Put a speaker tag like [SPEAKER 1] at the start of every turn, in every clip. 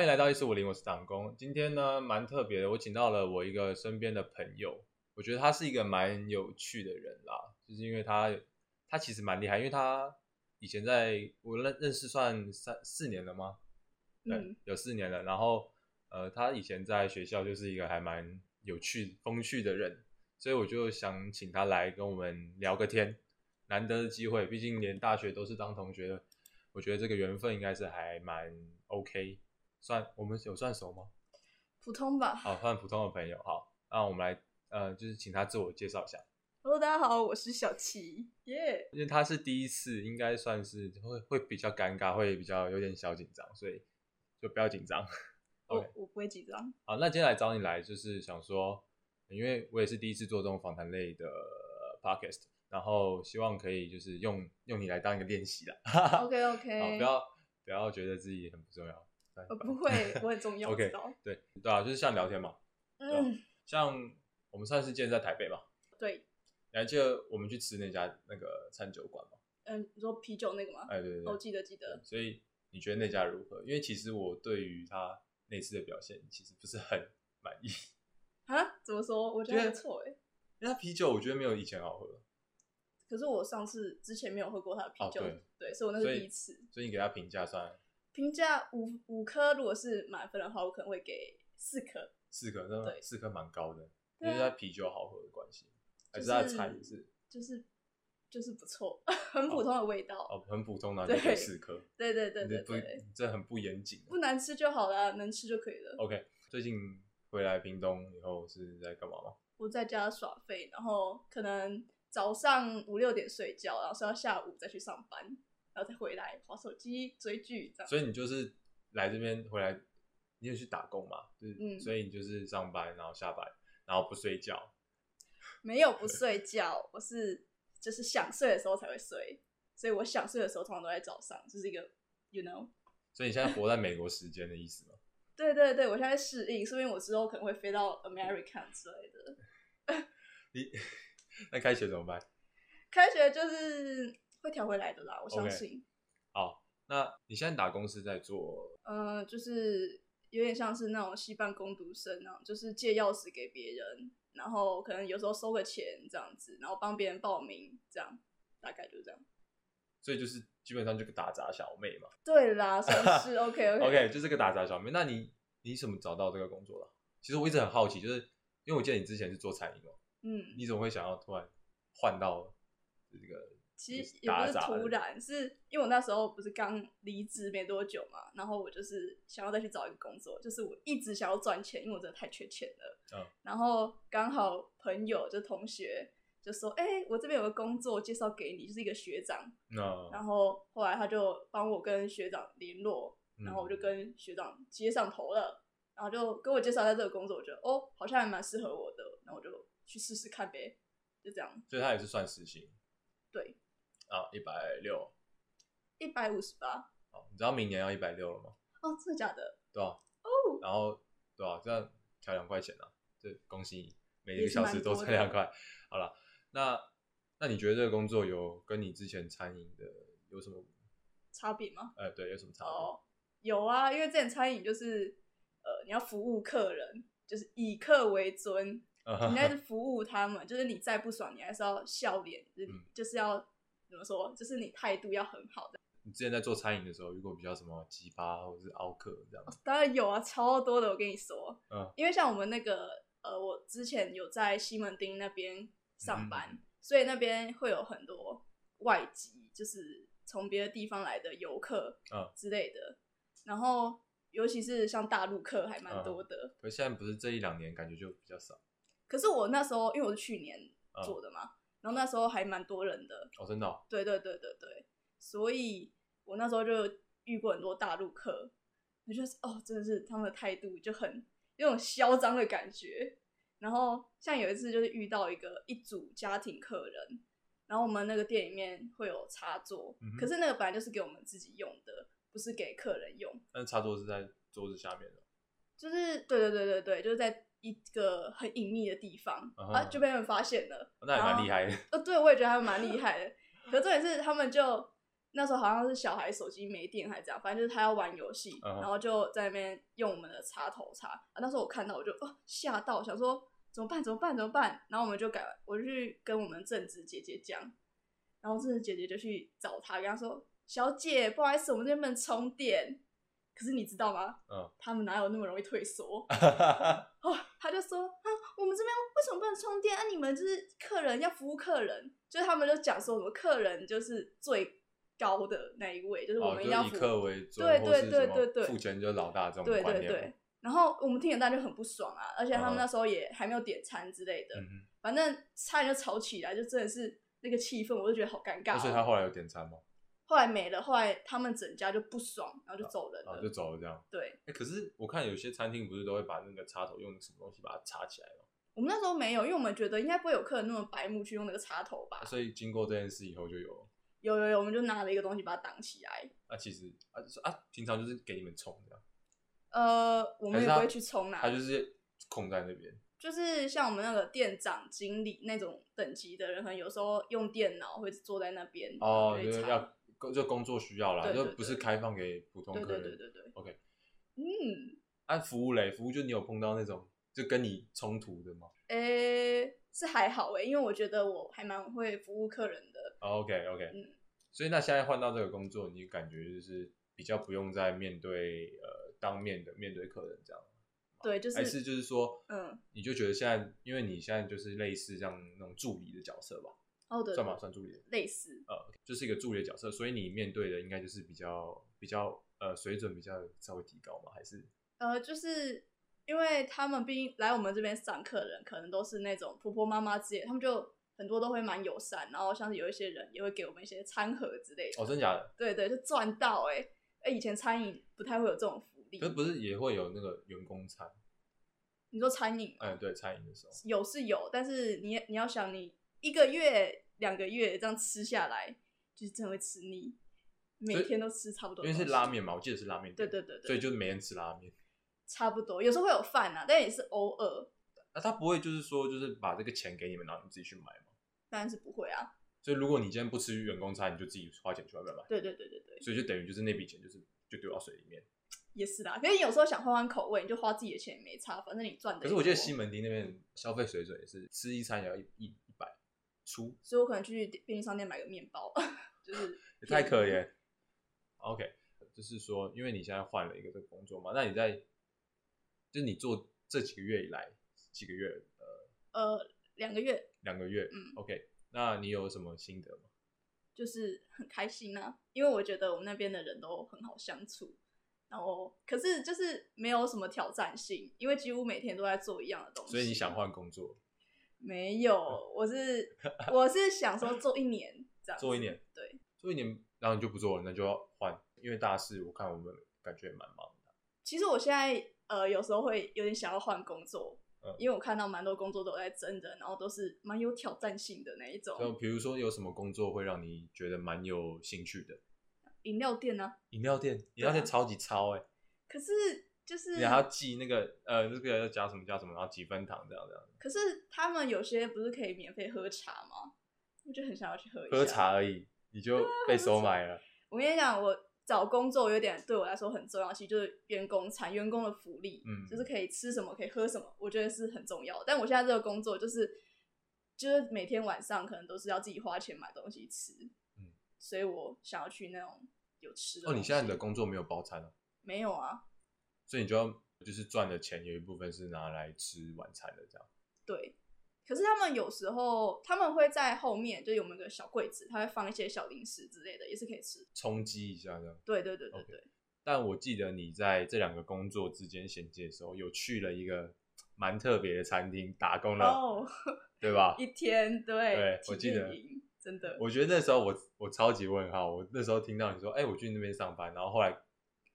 [SPEAKER 1] 迎来到一四五零，我是党工。今天呢，蛮特别的，我请到了我一个身边的朋友，我觉得他是一个蛮有趣的人啦，就是因为他他其实蛮厉害，因为他以前在我认认识算三四年了吗？对，
[SPEAKER 2] 嗯
[SPEAKER 1] 有四年了。然后呃，他以前在学校就是一个还蛮有趣、风趣的人，所以我就想请他来跟我们聊个天，难得的机会，毕竟连大学都是当同学的，我觉得这个缘分应该是还蛮 OK。算我们有算熟吗？
[SPEAKER 2] 普通吧。
[SPEAKER 1] 好，算普通的朋友。好，那我们来呃，就是请他自我介绍一下，
[SPEAKER 2] Hello，大家好，我是小琪，耶、
[SPEAKER 1] 因为他是第一次，应该算是会会比较尴尬，会比较有点小紧张，所以就不要紧张。OK
[SPEAKER 2] 哦我我不会紧张，
[SPEAKER 1] 好，那今天来找你来，就是想说，因为我也是第一次做这种访谈类的呃 podcast，然后希望可以就是用用你来当一个练习啦。
[SPEAKER 2] OK
[SPEAKER 1] 好，
[SPEAKER 2] OK，
[SPEAKER 1] 不要不要觉得自己很不重要。对
[SPEAKER 2] 我哦呃不会，我很重要
[SPEAKER 1] OK
[SPEAKER 2] 知道。
[SPEAKER 1] 对对啊，就是像聊天嘛，啊
[SPEAKER 2] 嗯，
[SPEAKER 1] 像我们上次见在台北嘛，
[SPEAKER 2] 对，
[SPEAKER 1] 你还记得我们去吃那家那个餐酒馆吗？
[SPEAKER 2] 嗯，你说啤酒那个吗？
[SPEAKER 1] 哎，对对
[SPEAKER 2] 我
[SPEAKER 1] 对，
[SPEAKER 2] 记得记得，
[SPEAKER 1] 所以你觉得那家如何？因为其实我对于他那次的表现其实不是很满意，
[SPEAKER 2] 啊？怎么说？我觉得还不错哎、
[SPEAKER 1] 因为他啤酒我觉得没有以前好喝。
[SPEAKER 2] 可是我上次之前没有喝过他的啤酒，
[SPEAKER 1] 哦
[SPEAKER 2] 对，所以我那
[SPEAKER 1] 所
[SPEAKER 2] 是
[SPEAKER 1] 以
[SPEAKER 2] 第一次。
[SPEAKER 1] 所以你给他评价算
[SPEAKER 2] 评价五五颗，如果是满分的话，我可能会给四颗。
[SPEAKER 1] 四颗，那
[SPEAKER 2] 对
[SPEAKER 1] 四颗蛮高的，因
[SPEAKER 2] 对啊
[SPEAKER 1] 为他啤酒好喝的关系，还
[SPEAKER 2] 就是
[SPEAKER 1] 他的菜也是
[SPEAKER 2] 就是就是不错， 很普通的味道。
[SPEAKER 1] 哦很普通的，
[SPEAKER 2] 对
[SPEAKER 1] 就给四颗，
[SPEAKER 2] 对对对对
[SPEAKER 1] 你这
[SPEAKER 2] 对，
[SPEAKER 1] 不这很不严谨。啊
[SPEAKER 2] 不难吃就好了，能吃就可以了。
[SPEAKER 1] OK，最近回来屏东以后是在干嘛吗？
[SPEAKER 2] 我在家耍废，然后可能早上五六点睡觉，然后睡到下午再去上班，然后再回来划手机、追剧这样。
[SPEAKER 1] 所以你就是来这边回来，你有去打工嘛？就是、
[SPEAKER 2] 嗯
[SPEAKER 1] 所以你就是上班，然后下班，然后不睡觉。
[SPEAKER 2] 没有不睡觉，我是就是想睡的时候才会睡，所以我想睡的时候通常都在早上，就是一个 you know。
[SPEAKER 1] 所以你现在活在美国时间的意思吗？
[SPEAKER 2] 对对对，我现在适应，说不定我之后可能会飞到 America 之类的。
[SPEAKER 1] 你那开学怎么办？
[SPEAKER 2] 开学就是会调回来的啦，我相
[SPEAKER 1] OK
[SPEAKER 2] 信。
[SPEAKER 1] 好，那你现在打工是在做
[SPEAKER 2] 嗯、就是有点像是那种戏办工读生那种，就是借钥匙给别人，然后可能有时候收个钱这样子，然后帮别人报名这样，大概就这样。
[SPEAKER 1] 所以就是基本上就个打杂小妹嘛。
[SPEAKER 2] 对啦，算是 OK OK。
[SPEAKER 1] OK，就是个打杂小妹。那你你怎么找到这个工作的啊？其实我一直很好奇，就是因为我记得你之前是做餐饮嘛，
[SPEAKER 2] 嗯，
[SPEAKER 1] 你怎么会想要突然换到这个？
[SPEAKER 2] 其实也不
[SPEAKER 1] 打
[SPEAKER 2] 是
[SPEAKER 1] 杂的
[SPEAKER 2] 突然，是因为我那时候不是刚离职没多久嘛，然后我就是想要再去找一个工作，就是我一直想要赚钱，因为我真的太缺钱了。
[SPEAKER 1] 嗯
[SPEAKER 2] 然后刚好朋友就同学就说：“哎、我这边有个工作介绍给你，就是一个学长，
[SPEAKER 1] 那
[SPEAKER 2] 然后后来他就帮我跟学长联络，
[SPEAKER 1] 嗯
[SPEAKER 2] 然后我就跟学长接上头了，然后就跟我介绍一下这个工作，我觉得哦，好像还蛮适合我的，然后我就去试试看呗，就这样，
[SPEAKER 1] 所以他也是算时薪
[SPEAKER 2] 对，
[SPEAKER 1] 啊，一百六。
[SPEAKER 2] 一百五十八，
[SPEAKER 1] 好，你知道明年要一百六了吗？
[SPEAKER 2] 哦，真的假的？
[SPEAKER 1] 对吧、
[SPEAKER 2] 哦，
[SPEAKER 1] 然后对吧、这样调两块钱啊，这恭喜你，每一
[SPEAKER 2] 也
[SPEAKER 1] 个
[SPEAKER 2] 是
[SPEAKER 1] 小
[SPEAKER 2] 蛮
[SPEAKER 1] 时多
[SPEAKER 2] 多
[SPEAKER 1] 赚
[SPEAKER 2] 的
[SPEAKER 1] 两块。好了，那那你觉得这个工作有跟你之前餐饮的有什么？
[SPEAKER 2] 差别吗？
[SPEAKER 1] 呃，对，有什么差别？
[SPEAKER 2] 哦，有啊，因为之前餐饮就是呃，你要服务客人，就是以客为尊，
[SPEAKER 1] 嗯
[SPEAKER 2] 你那是服务他们，就是你再不爽，你还是要笑脸，就是
[SPEAKER 1] 嗯
[SPEAKER 2] 就是要怎么说，就是你态度要很好。
[SPEAKER 1] 你之前在做餐饮的时候，遇过比较什么鸡巴或者是凹客这样子？
[SPEAKER 2] 当然有啊，超多的，我跟你说，
[SPEAKER 1] 嗯
[SPEAKER 2] 因为像我们那个呃，我之前有在西门町那边上班，
[SPEAKER 1] 嗯
[SPEAKER 2] 所以那边会有很多外籍，就是从别的地方来的游客
[SPEAKER 1] 嗯
[SPEAKER 2] 之类的，然后尤其是像大陆客还
[SPEAKER 1] 嗯
[SPEAKER 2] 蛮多的。
[SPEAKER 1] 可是现在不是这一两年感觉就比较少
[SPEAKER 2] 可是我那时候因为我是去年
[SPEAKER 1] 嗯
[SPEAKER 2] 做的嘛，然后那时候还蛮多人的，
[SPEAKER 1] 哦，真的、哦。
[SPEAKER 2] 对对对对对，所以我那时候就遇过很多大陆客，我就是哦，真的是他们的态度就很有种嚣张的感觉。然后像有一次就是遇到一个一组家庭客人，然后我们那个店里面会有插座，
[SPEAKER 1] 嗯哼
[SPEAKER 2] 可是那个本来就是给我们自己用的，不是给客人用。
[SPEAKER 1] 但是插座是在桌子下面的，
[SPEAKER 2] 就是对对对对对，就是在一个很隐秘的地方，
[SPEAKER 1] 啊哈
[SPEAKER 2] 啊，就被他们发现了。
[SPEAKER 1] 哦那也
[SPEAKER 2] 然后
[SPEAKER 1] 蛮厉害的。
[SPEAKER 2] 呃，对，我也觉得他们蛮厉害的。可重点是，他们就那时候好像是小孩手机没电还是怎样，反正就是他要玩游戏
[SPEAKER 1] 嗯哼
[SPEAKER 2] 然后就在那边用我们的插头插。啊、那时候我看到我就哦吓到，想说怎么办怎么办怎么办？然后我们就改，我就去跟我们正直姐姐讲，然后正直姐姐就去找她，跟她说：“小姐，不好意思，我们这边不能充电。”可是你知道吗？
[SPEAKER 1] 嗯，
[SPEAKER 2] 他们哪有那么容易退缩？
[SPEAKER 1] 嗯
[SPEAKER 2] 哦，他就说啊，我们这边为什么不能充电？啊，你们就是客人要服务客人，就是他们就讲说我们客人就是最高的那一位，就是我
[SPEAKER 1] 哦，
[SPEAKER 2] 们要
[SPEAKER 1] 就以
[SPEAKER 2] 服务、
[SPEAKER 1] 客为尊，
[SPEAKER 2] 对
[SPEAKER 1] 或
[SPEAKER 2] 对
[SPEAKER 1] 是
[SPEAKER 2] 对
[SPEAKER 1] 什么
[SPEAKER 2] 对对
[SPEAKER 1] 付钱就是老大这种
[SPEAKER 2] 对
[SPEAKER 1] 观
[SPEAKER 2] 对
[SPEAKER 1] 念嗯嘛。
[SPEAKER 2] 对。然后我们听了大家就很不爽啊，而且他
[SPEAKER 1] 嗯
[SPEAKER 2] 们那时候也还没有点餐之类的，
[SPEAKER 1] 嗯
[SPEAKER 2] 反正差点就吵起来，就真的是那个气氛，我就觉得好尴尬、
[SPEAKER 1] 哼，
[SPEAKER 2] 哦。
[SPEAKER 1] 所以他后来有点餐吗？
[SPEAKER 2] 后来没了，后来他们整家就不爽，然后就走人了。
[SPEAKER 1] 啊，就走了这样。
[SPEAKER 2] 对
[SPEAKER 1] 哎，可是我看有些餐厅不是都会把那个插头用什么东西把它插起来吗？
[SPEAKER 2] 我们那时候没有，因为我们觉得应该不会有客人那么白目去用那个插头吧
[SPEAKER 1] 啊。所以经过这件事以后就有了。
[SPEAKER 2] 有有有，我们就拿了一个东西把它挡起来。
[SPEAKER 1] 啊，其实啊就是啊，平常就是给你们冲这样，
[SPEAKER 2] 呃，我
[SPEAKER 1] 还
[SPEAKER 2] 们
[SPEAKER 1] 是
[SPEAKER 2] 也
[SPEAKER 1] 他
[SPEAKER 2] 不会去冲啦、
[SPEAKER 1] 他就是空在那边。
[SPEAKER 2] 就是像我们那个店长、经理那种等级的人，可能有时候用电脑会坐在那边
[SPEAKER 1] 哦，
[SPEAKER 2] 然后
[SPEAKER 1] 就
[SPEAKER 2] 会
[SPEAKER 1] 是
[SPEAKER 2] 查
[SPEAKER 1] 要工就工作需要啦，
[SPEAKER 2] 对对
[SPEAKER 1] 就不是
[SPEAKER 2] 对
[SPEAKER 1] 开放给普通
[SPEAKER 2] 对
[SPEAKER 1] 客
[SPEAKER 2] 对对
[SPEAKER 1] 人。
[SPEAKER 2] 对对
[SPEAKER 1] OK
[SPEAKER 2] 嗯，
[SPEAKER 1] 按服务嘞，服务就你有碰到那种就跟你冲突的吗
[SPEAKER 2] 诶、是还好诶、因为我觉得我还蛮会服务客人的，
[SPEAKER 1] ？OK OK，
[SPEAKER 2] 嗯
[SPEAKER 1] 哦所以那现在换到这个工作，你感觉就是比较不用再面对呃当面的面对客人这样，
[SPEAKER 2] 对，就
[SPEAKER 1] 还是
[SPEAKER 2] 是
[SPEAKER 1] 就是说，
[SPEAKER 2] 嗯，
[SPEAKER 1] 你就觉得现在，因为你现在就是类似像那种助理的角色吧，
[SPEAKER 2] 哦对，
[SPEAKER 1] 算吧，
[SPEAKER 2] 对
[SPEAKER 1] 算助理的，
[SPEAKER 2] 类似，
[SPEAKER 1] 呃，就是一个助理的角色，所以你面对的应该就是比较比较呃水准比较稍微提高嘛，还是
[SPEAKER 2] 呃，就是因为他们毕竟来我们这边上课的人，可能都是那种婆婆妈妈之类的，他们就很多都会蛮友善，然后像是有一些人也会给我们一些餐盒之类的，
[SPEAKER 1] 哦真假的？
[SPEAKER 2] 对对，就赚到哎、欸！哎、以前餐饮不太会有这种福利
[SPEAKER 1] 可。是不是也会有那个员工餐？
[SPEAKER 2] 你说餐饮
[SPEAKER 1] 嗯，对，餐饮的时候，
[SPEAKER 2] 有是有，但是你你要想，你一个月、两个月这样吃下来，就是真的会吃腻，每天都吃差不
[SPEAKER 1] 因
[SPEAKER 2] 多的
[SPEAKER 1] 为
[SPEAKER 2] 东西。
[SPEAKER 1] 是拉面嘛，我记得是拉面
[SPEAKER 2] 对
[SPEAKER 1] 店，
[SPEAKER 2] 对对对，
[SPEAKER 1] 所以就每天吃拉面。
[SPEAKER 2] 差不多。有时候会有饭啊，但也是偶尔，
[SPEAKER 1] 那、他不会就是说就是把这个钱给你们，然后你自己去买嘛？
[SPEAKER 2] 当然是不会啊。
[SPEAKER 1] 所以如果你今天不吃员工餐，你就自己花钱去外面买，
[SPEAKER 2] 对对对对对，
[SPEAKER 1] 所以就等于就是那笔钱就是就丢到水里面。
[SPEAKER 2] 也是啦。可是有时候想换换口味，你就花自己的钱也没差，反正你赚的。
[SPEAKER 1] 可是我觉得西，门町那边消费水准也是吃一餐也要一一一百出，
[SPEAKER 2] 所以我可能去便利商店买个面包， 就是
[SPEAKER 1] 也太可怜。OK，就是说，因为你现在换了一个这个工作嘛，那你在就是你做这几个月以来，几个月呃
[SPEAKER 2] 呃两个月
[SPEAKER 1] 两个月，
[SPEAKER 2] 嗯
[SPEAKER 1] ，OK，那你有什么心得吗？
[SPEAKER 2] 就是很开心啊，因为我觉得我们那边的人都很好相处，然后可是就是没有什么挑战性，因为几乎每天都在做一样的东西。
[SPEAKER 1] 所以你想？换工作，
[SPEAKER 2] 没有，我是我是想说做一年这样，
[SPEAKER 1] 做一年，
[SPEAKER 2] 对，
[SPEAKER 1] 做一年，然后你就不做了，那就要换，因为大四我看我们感觉也蛮忙的，
[SPEAKER 2] 其实我现在呃有时候会有点想要换工作，
[SPEAKER 1] 嗯
[SPEAKER 2] 因为我看到蛮多工作都有在真人，然后都是蛮有挑战性的那一
[SPEAKER 1] 就
[SPEAKER 2] 种，
[SPEAKER 1] 比如说有什么工作会让你觉得蛮有兴趣的？
[SPEAKER 2] 饮料店呢、
[SPEAKER 1] 饮料店，饮料店超级超哎、
[SPEAKER 2] 可是啊就是
[SPEAKER 1] 你还要记那个呃那个要加什么加什么，然后几分糖这样这样，
[SPEAKER 2] 可是他们有些不是可以免费喝茶吗？我就很想要去喝一下啊
[SPEAKER 1] 喝茶而已，你就被收买了。
[SPEAKER 2] 我跟你讲，我找工作有点对我来说很重要，其实就是员工餐、员工的福利，
[SPEAKER 1] 嗯
[SPEAKER 2] 就是可以吃什么、可以喝什么，我觉得是很重要的。但我现在这个工作就是，就是每天晚上可能都是要自己花钱买东西吃，
[SPEAKER 1] 嗯
[SPEAKER 2] 所以我想要去那种有吃的。
[SPEAKER 1] 哦，你现在你的工作没有包餐哦，
[SPEAKER 2] 没有啊？
[SPEAKER 1] 所以你就要就是赚的钱有一部分是拿来吃晚餐的这样。
[SPEAKER 2] 对。可是他们有时候他们会在后面，就有我们有个小柜子，他会放一些小零食之类的，也是可以吃。
[SPEAKER 1] 冲击一下这样，
[SPEAKER 2] 对对对对
[SPEAKER 1] OK
[SPEAKER 2] 对
[SPEAKER 1] 但我记得你在这两个工作之间衔接的时候，有去了一个蛮特别的餐厅打工了，
[SPEAKER 2] 哦
[SPEAKER 1] 对吧？
[SPEAKER 2] 一天对，
[SPEAKER 1] 对
[SPEAKER 2] 体
[SPEAKER 1] 我记得
[SPEAKER 2] 力营真的，
[SPEAKER 1] 我觉得那时候我我超级问号，我那时候听到你说，哎、我去那边上班，然后后来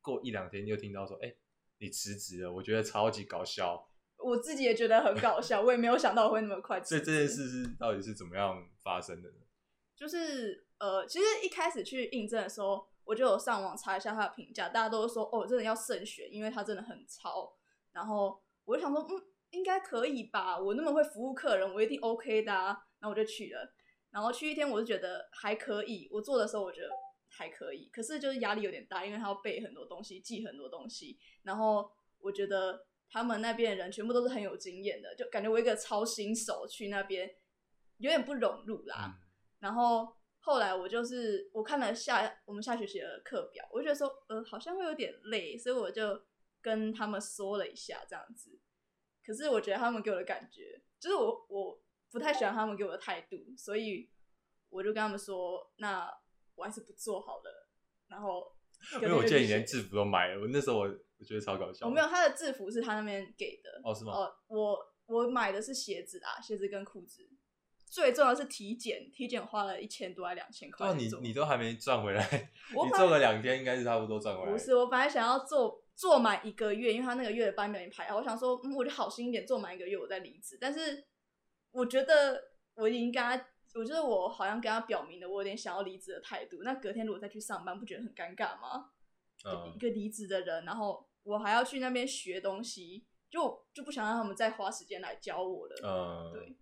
[SPEAKER 1] 过一两天又听到说，哎、你辞职了，我觉得超级搞笑。
[SPEAKER 2] 我自己也觉得很搞笑，我也没有想到我会那么快。
[SPEAKER 1] 所以这件，事是到底是怎么样发生的呢？
[SPEAKER 2] 就是呃，其实一开始去应征的时候，我就有上网查一下他的评价，大家都说哦，真的要慎选，因为他真的很超。然后我就想说，嗯，应该可以吧，我那么会服务客人，我一定 OK 的啊。然后我就去了，然后去一天，我就觉得还可以。我做的时候，我觉得还可以，可是就是压力有点大，因为他要背很多东西，记很多东西。然后我觉得他们那边的人全部都是很有经验的，就感觉我一个超新手去那边有点不融入啦。
[SPEAKER 1] 嗯
[SPEAKER 2] 然后后来我就是我看了下我们下学期的课表，我就觉得说，呃，好像会有点累，所以我就跟他们说了一下这样子。可是我觉得他们给我的感觉，就是我我不太喜欢他们给我的态度，所以我就跟他们说，那我还是不做好了。然后
[SPEAKER 1] 因为我记得你连制服都买了，我那时候我我觉得超搞笑。
[SPEAKER 2] 我没有他的制服是他那边给的，
[SPEAKER 1] 哦，是吗？
[SPEAKER 2] 哦，我我买的是鞋子啊，鞋子跟裤子。最重要是体检，体检花了一千多还两千块
[SPEAKER 1] 哦，
[SPEAKER 2] 做。
[SPEAKER 1] 你你都还没赚回来，
[SPEAKER 2] 我
[SPEAKER 1] 你
[SPEAKER 2] 本
[SPEAKER 1] 做了两天，应该是差不多赚回来。
[SPEAKER 2] 不是，我本来想要做做满一个月，因为他那个月的班表已经排好，我想说，嗯，我就好心一点做满一个月，我再离职。但是我觉得我已经跟他，我觉得我好像跟他表明了我有点想要离职的态度。那隔天如果再去上班，不觉得很尴尬吗？一
[SPEAKER 1] 嗯，
[SPEAKER 2] 个离职的人，然后我还要去那边学东西，就就不想让他们再花时间来教我了。
[SPEAKER 1] 嗯
[SPEAKER 2] 对，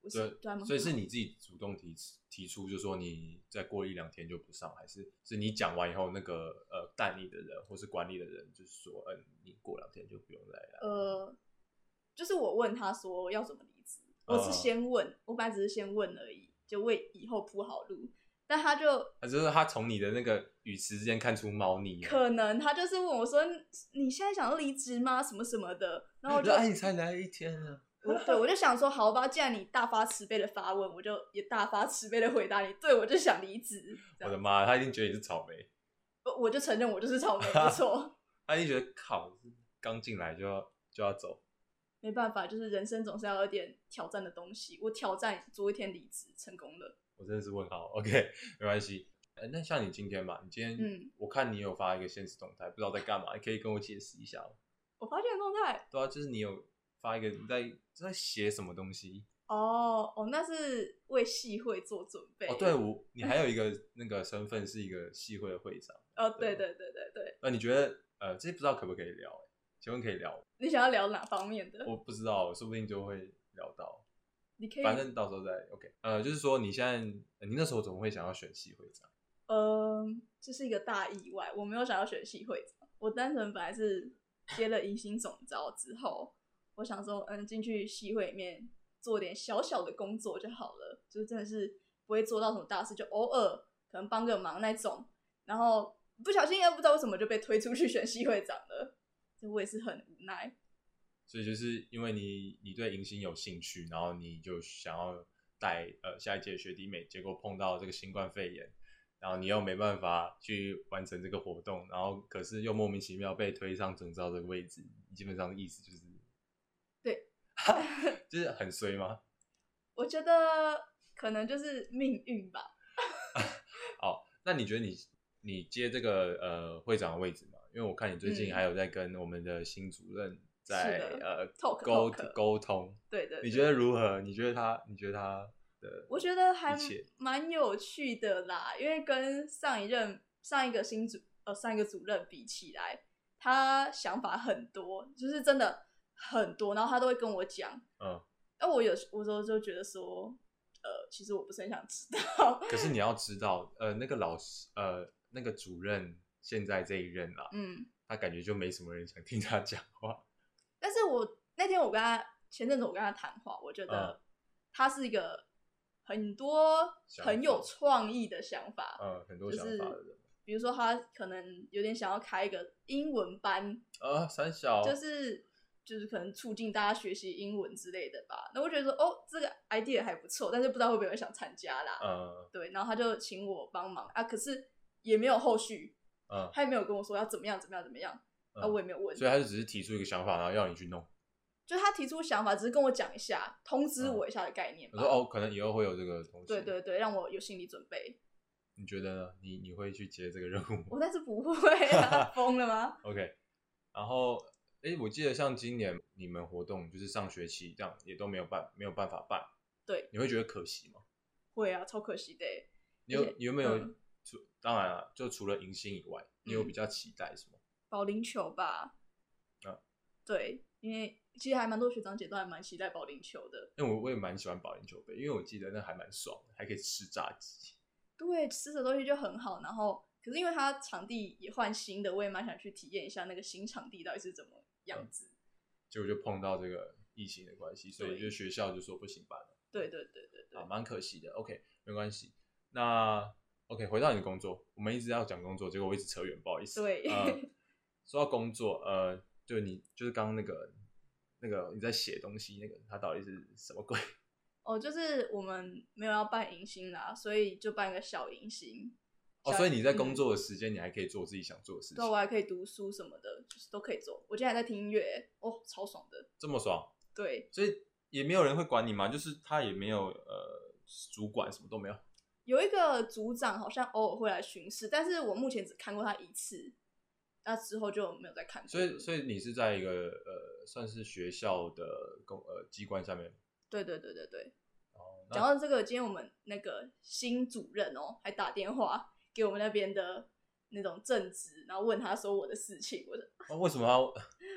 [SPEAKER 2] 我是对他
[SPEAKER 1] 所以
[SPEAKER 2] 们
[SPEAKER 1] 所以是
[SPEAKER 2] 很好
[SPEAKER 1] 你自己主动提提出，就说你再过一两天就不上，还是是你讲完以后，那个呃带你的人或是管理的人就是说，嗯、你过两天就不用来了。
[SPEAKER 2] 呃，就是我问他说要怎么离职，我是
[SPEAKER 1] 嗯
[SPEAKER 2] 先问，我本来只是先问而已，就为以后铺好路。但他就
[SPEAKER 1] 啊，就是他从你的那个语词之间看出猫腻了。
[SPEAKER 2] 可能他就是问我说：“你现在想要离职吗？什么什么的。”然后我就
[SPEAKER 1] 哎，你才来一天啊！
[SPEAKER 2] 我对我就想说，好吧，既然你大发慈悲的发问，我就也大发慈悲的回答你。对，我就想离职。这
[SPEAKER 1] 我的
[SPEAKER 2] 样
[SPEAKER 1] 妈，他一定觉得你是草莓，
[SPEAKER 2] 我我就承认我就是草 莓，没错，
[SPEAKER 1] 他一定觉得靠，刚进来就要就要走。
[SPEAKER 2] 没办法，就是人生总是要有点挑战的东西。我挑战做一天离职，成功了。
[SPEAKER 1] 我真的是问号。OK，没关系。呃，那像你今天嘛，你今天、
[SPEAKER 2] 嗯
[SPEAKER 1] 我看你有发一个现实动态，不知道在干嘛，你可以跟我解释一下吗？
[SPEAKER 2] 我发现的动态，
[SPEAKER 1] 对啊，就是你有发一个你在在写什么东西？
[SPEAKER 2] 哦哦，那是为戏会做准备。
[SPEAKER 1] 哦，对，我你还有一个那个身份是一个系会的会长。
[SPEAKER 2] 哦，对对对对对，
[SPEAKER 1] 那、你觉得呃，这不知道可不可以聊、欸？请问可以聊吗？
[SPEAKER 2] 你想要聊哪方面的？
[SPEAKER 1] 我不知道，说不定就会聊到，
[SPEAKER 2] 你可以，
[SPEAKER 1] 反正到时候再 OK。呃，就是说你现在呃你那时候怎么会想要选系会长？
[SPEAKER 2] 呃，这是一个大意外，我没有想要选戏会长，我单纯本来是接了迎新总招之后，我想说，嗯，进去戏会里面做点小小的工作就好了，就是真的是不会做到什么大事，就偶尔可能帮个忙那种，然后不小心也不知道为什么就被推出去选戏会长了，这我也是很无奈。
[SPEAKER 1] 所以就是因为你你对迎新有兴趣，然后你就想要带呃下一届的学弟妹，结果碰到这个新冠肺炎，然后你又没办法去完成这个活动，然后可是又莫名其妙被推上总招这个位置，基本上的意思就是，
[SPEAKER 2] 对，
[SPEAKER 1] 就是很衰吗？
[SPEAKER 2] 我觉得可能就是命运吧。
[SPEAKER 1] 那你觉得你你接这个呃会长的位置吗？因为我看你最近
[SPEAKER 2] 嗯
[SPEAKER 1] 还有在跟我们的新主任在
[SPEAKER 2] 是的
[SPEAKER 1] 呃
[SPEAKER 2] talk，
[SPEAKER 1] 沟
[SPEAKER 2] talk
[SPEAKER 1] 沟通，
[SPEAKER 2] 对对对
[SPEAKER 1] 你觉得如何？你觉得他？你觉得他的？
[SPEAKER 2] 我觉得还
[SPEAKER 1] 一切
[SPEAKER 2] 蛮有趣的啦，因为跟上一任、上一个新主呃上一个主任比起来，他想法很多，就是真的很多，然后他都会跟我讲，
[SPEAKER 1] 嗯，
[SPEAKER 2] 那我有我有时候就觉得说，呃，其实我不是很想知道，
[SPEAKER 1] 可是你要知道，呃，那个老师，呃，那个主任现在这一任啊，
[SPEAKER 2] 嗯，
[SPEAKER 1] 他感觉就没什么人想听他讲话。
[SPEAKER 2] 但是我那天我跟他前阵子我跟他谈话，我觉
[SPEAKER 1] 嗯
[SPEAKER 2] 得他是一个很多
[SPEAKER 1] 想
[SPEAKER 2] 很有
[SPEAKER 1] 法
[SPEAKER 2] 创意的想法，
[SPEAKER 1] 呃，很多
[SPEAKER 2] 就
[SPEAKER 1] 想
[SPEAKER 2] 是
[SPEAKER 1] 法的人、
[SPEAKER 2] 比如说他可能有点想要开一个英文班。
[SPEAKER 1] 啊，三小
[SPEAKER 2] 就是就是可能促进大家学习英文之类的吧。那我觉得说，哦，这个 idea 还不错，但是不知道会不会有人想参加啦。
[SPEAKER 1] 呃
[SPEAKER 2] 对，然后他就请我帮忙啊，可是也没有后续，
[SPEAKER 1] 呃，
[SPEAKER 2] 他也没有跟我说要怎么样怎么样怎么样，啊，
[SPEAKER 1] 嗯
[SPEAKER 2] 我也没有问。
[SPEAKER 1] 所以他就只是提出一个想法，然后要你去弄。
[SPEAKER 2] 就他提出想法，只是跟我讲一下，通知
[SPEAKER 1] 嗯
[SPEAKER 2] 我一下的概念
[SPEAKER 1] 我
[SPEAKER 2] 吧。
[SPEAKER 1] 说哦，可能以后会有这个东西。
[SPEAKER 2] 对，对对，让我有心理准备。
[SPEAKER 1] 你觉得呢？你你会去接这个任务吗？
[SPEAKER 2] 我但是不会 啊，疯了吗？
[SPEAKER 1] OK，然后诶，我记得像今年你们活动就是上学期这样也都没有办没有办法办，
[SPEAKER 2] 对，
[SPEAKER 1] 你会觉得可惜吗？
[SPEAKER 2] 会啊，超可惜的欸。
[SPEAKER 1] 你有
[SPEAKER 2] 而且
[SPEAKER 1] 你有没有
[SPEAKER 2] 嗯
[SPEAKER 1] 除、当然了，就除了迎新以外，你有比较期待什么？
[SPEAKER 2] 保龄球吧。
[SPEAKER 1] 啊
[SPEAKER 2] 对，因为其实还蛮多学长姐都还蛮期待保龄球的。
[SPEAKER 1] 因为我我也蛮喜欢保龄球杯，因为我记得那还蛮爽的，还可以吃炸鸡。
[SPEAKER 2] 对，吃的东西就很好，然后可是因为它场地也换新的，我也蛮想去体验一下那个新场地到底是怎么样子。
[SPEAKER 1] 结果就碰到这个疫情的关系，所以
[SPEAKER 2] 对
[SPEAKER 1] 就学校就说不行办了，
[SPEAKER 2] 对对对对对
[SPEAKER 1] 啊，，蛮可惜的。OK，没关系。那 OK，回到你的工作，我们一直要讲工作，结果我一直扯远，不好意思。
[SPEAKER 2] 对
[SPEAKER 1] 呃，说到工作，呃，就你就是刚刚那个那个你在写东西那个，它到底是什么鬼？
[SPEAKER 2] 哦，就是我们没有要办迎新啦，所以就办个小迎新。
[SPEAKER 1] 哦，所以你在工
[SPEAKER 2] 嗯
[SPEAKER 1] 作的时间，你还可以做自己想做的事情
[SPEAKER 2] 对，，我啊还可以读书什么的，就是都可以做。我今天还在听音乐，哦，超爽的。
[SPEAKER 1] 这么爽，
[SPEAKER 2] 对，
[SPEAKER 1] 所以也没有人会管你嘛，就是他也没有呃主管什么都没有。
[SPEAKER 2] 有一个组长好像偶尔会来巡视，但是我目前只看过他一次，那之后就没有再看过
[SPEAKER 1] 所
[SPEAKER 2] 了。
[SPEAKER 1] 以，所以你是在一个呃，算是学校的公呃机关下面。
[SPEAKER 2] 对对对对对。
[SPEAKER 1] 哦，
[SPEAKER 2] 讲
[SPEAKER 1] 那
[SPEAKER 2] 到这个，今天我们那个新主任哦，还打电话给我们那边的那种正职，然后问他说我的事情，我的
[SPEAKER 1] 那哦为什 么要
[SPEAKER 2] 我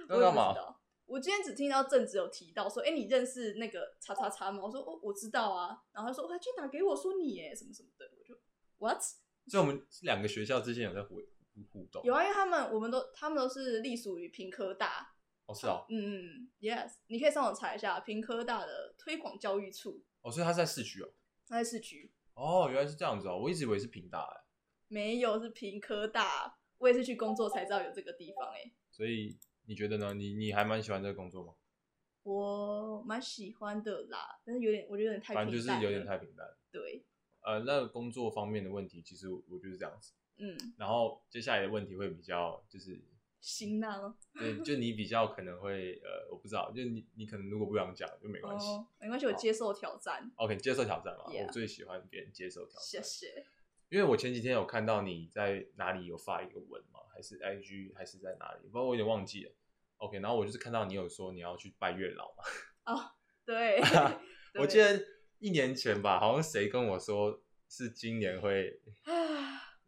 [SPEAKER 1] 要
[SPEAKER 2] 也不
[SPEAKER 1] 干
[SPEAKER 2] 知
[SPEAKER 1] 嘛？
[SPEAKER 2] 道。我今天只听到正职有提到说，哎、你认识那个叉叉叉吗？我说哦，我知道啊。然后他说，哦他就打给我说你耶，什么什么的，我就 what
[SPEAKER 1] 所以我们两个学校之间有在互互互动。
[SPEAKER 2] 有啊，因为他们我们都他们都是隶属于平科大，
[SPEAKER 1] 哦，是哦，
[SPEAKER 2] 嗯，yes，你可以上网查一下平科大的推广教育处，
[SPEAKER 1] 哦，所以他是在市区哦。
[SPEAKER 2] 它在市区，
[SPEAKER 1] 哦，原来是这样子哦，我一直以为是平大哎。
[SPEAKER 2] 没有是平科大，我也是去工作才知道有这个地方哎、
[SPEAKER 1] 所以你觉得呢？你你还蛮喜欢这个工作吗？
[SPEAKER 2] 我蛮喜欢的啦，但是有点我觉得有点太平
[SPEAKER 1] 反
[SPEAKER 2] 淡
[SPEAKER 1] 正
[SPEAKER 2] 了，
[SPEAKER 1] 就是有点太平淡。
[SPEAKER 2] 对，
[SPEAKER 1] 呃，那个工作方面的问题，其实我我就是这样子。
[SPEAKER 2] 嗯，
[SPEAKER 1] 然后接下来的问题会比较就是
[SPEAKER 2] 辛辣吗？
[SPEAKER 1] 对，就你比较可能会呃，我不知道，就你你可能如果不想讲就没关系。
[SPEAKER 2] 哦，没关系，我接受挑战，
[SPEAKER 1] OK，接受挑战嘛
[SPEAKER 2] Yeah
[SPEAKER 1] 我最喜欢别人接受挑
[SPEAKER 2] 谢
[SPEAKER 1] 战。
[SPEAKER 2] 谢。
[SPEAKER 1] 因为我前几天有看到你在哪里有发一个文嘛，还是 IG 还是在哪里，不过我有点忘记了。OK，然后我就是看到你有说你要去拜月老嘛，，
[SPEAKER 2] 对
[SPEAKER 1] 我记得一年前吧，好像谁跟我说是今年会，
[SPEAKER 2] 啊，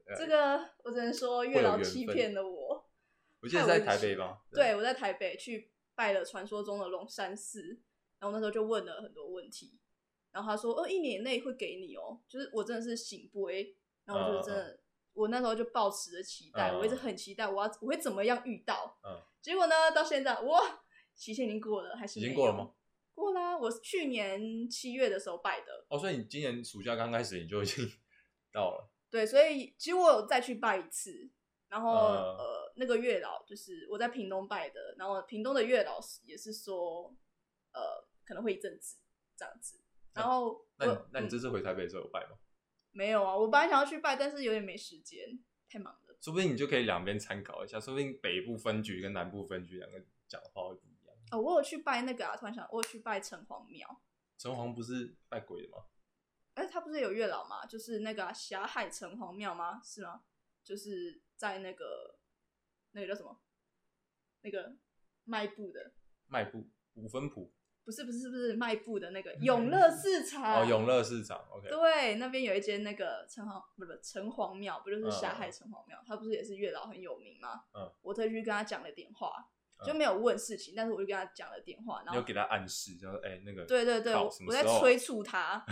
[SPEAKER 1] 呃
[SPEAKER 2] 这个我只能说
[SPEAKER 1] 会
[SPEAKER 2] 月
[SPEAKER 1] 有
[SPEAKER 2] 老
[SPEAKER 1] 缘
[SPEAKER 2] 欺
[SPEAKER 1] 分
[SPEAKER 2] 骗了我。
[SPEAKER 1] 我记得是在台北吧？
[SPEAKER 2] 对，我在台北去拜了传说中的龙山寺，然后那时候就问了很多问题，然后他说，哦，一年内会给你哦，就是我真的是醒杯，然后我就真的，我那时候就抱持着期
[SPEAKER 1] 嗯
[SPEAKER 2] 待，
[SPEAKER 1] 嗯嗯
[SPEAKER 2] 我一直很期待我要我会怎么样遇到，
[SPEAKER 1] 嗯
[SPEAKER 2] 结果呢，到现在哇，期限已经过了，还是
[SPEAKER 1] 已经
[SPEAKER 2] 没
[SPEAKER 1] 过了
[SPEAKER 2] 有
[SPEAKER 1] 吗？
[SPEAKER 2] 过啦，我去年七月的时候拜的，
[SPEAKER 1] 哦，所以你今年暑假刚开始你就已经到了，
[SPEAKER 2] 对，所以其实我有再去拜一次，然后、
[SPEAKER 1] 嗯
[SPEAKER 2] 呃，那个月老就是我在屏东拜的，然后屏东的月老是也是说，呃，可能会一阵子这样子。然后
[SPEAKER 1] 那你
[SPEAKER 2] 我
[SPEAKER 1] 那你
[SPEAKER 2] 嗯
[SPEAKER 1] 这次回台北的时候有拜吗？
[SPEAKER 2] 没有啊？我本来想要去拜，但是有点没时间，太忙了。
[SPEAKER 1] 说不定你就可以两边参考一下，说不定北部分局跟南部分局两个讲话会不一样。
[SPEAKER 2] 哦，我有去拜那个啊，突然想，我有去拜城隍庙。
[SPEAKER 1] 城隍不是拜鬼的吗？
[SPEAKER 2] 哎，他不是有月老吗？就是那个啊霞、海城隍庙吗？是吗？就是在那个那个叫什么？那个卖布的，
[SPEAKER 1] 卖布五分埔
[SPEAKER 2] 不是不是不是卖布的那个永乐市场
[SPEAKER 1] 嗯哦，永乐市场，OK，
[SPEAKER 2] 啊对，那边有一间那个城隍不是城隍庙，不就是
[SPEAKER 1] 嗯
[SPEAKER 2] 霞
[SPEAKER 1] 嗯
[SPEAKER 2] 海城隍庙？它不是也是月老很有名吗？
[SPEAKER 1] 嗯，
[SPEAKER 2] 我特意去跟他讲了电话，就
[SPEAKER 1] 嗯
[SPEAKER 2] 没有问事情，但是我就跟他讲了电话，
[SPEAKER 1] 你
[SPEAKER 2] 然
[SPEAKER 1] 有
[SPEAKER 2] 后
[SPEAKER 1] 给他暗示，就是哎、那个
[SPEAKER 2] 对对对，
[SPEAKER 1] 靠
[SPEAKER 2] 我
[SPEAKER 1] 什
[SPEAKER 2] 我
[SPEAKER 1] 么
[SPEAKER 2] 在
[SPEAKER 1] 时候啊
[SPEAKER 2] 催 促他，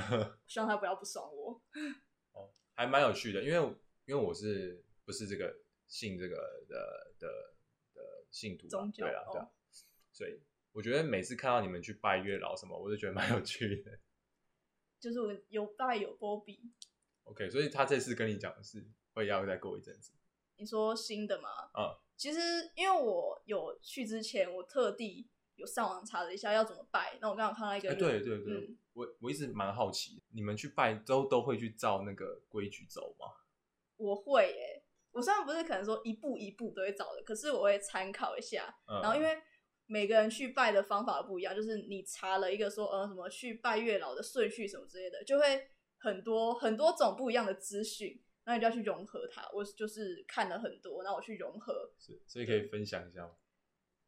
[SPEAKER 2] 希望他不要不爽我。
[SPEAKER 1] 还蛮有趣的，因为因为我是不是这个信这个的的的信徒嘛
[SPEAKER 2] 宗教
[SPEAKER 1] 对啊
[SPEAKER 2] 哦
[SPEAKER 1] 对啊，所以我觉得每次看到你们去拜月老什么，我就觉得蛮有趣的。
[SPEAKER 2] 就是我有拜有波比，
[SPEAKER 1] OK，所以他这次跟你讲的是会要再过一阵子，
[SPEAKER 2] 你说新的吗？
[SPEAKER 1] 嗯，
[SPEAKER 2] 其实因为我有去之前，我特地有上网查了一下要怎么拜，那我刚好看到一
[SPEAKER 1] 哎、
[SPEAKER 2] 个，
[SPEAKER 1] 对对对，
[SPEAKER 2] 嗯
[SPEAKER 1] 我我一直蛮好奇，你们去拜都都会去照那个规矩走吗？
[SPEAKER 2] 我会诶、我虽然不是可能说一步一步都会找的，可是我会参考一下。
[SPEAKER 1] 嗯、
[SPEAKER 2] 然后因为每个人去拜的方法不一样，就是你查了一个说呃什么去拜月老的顺序什么之类的，就会很多很多种不一样的资讯，然后你就要去融合它。我就是看了很多，然后我去融合。
[SPEAKER 1] 是所以可以分享一下吗？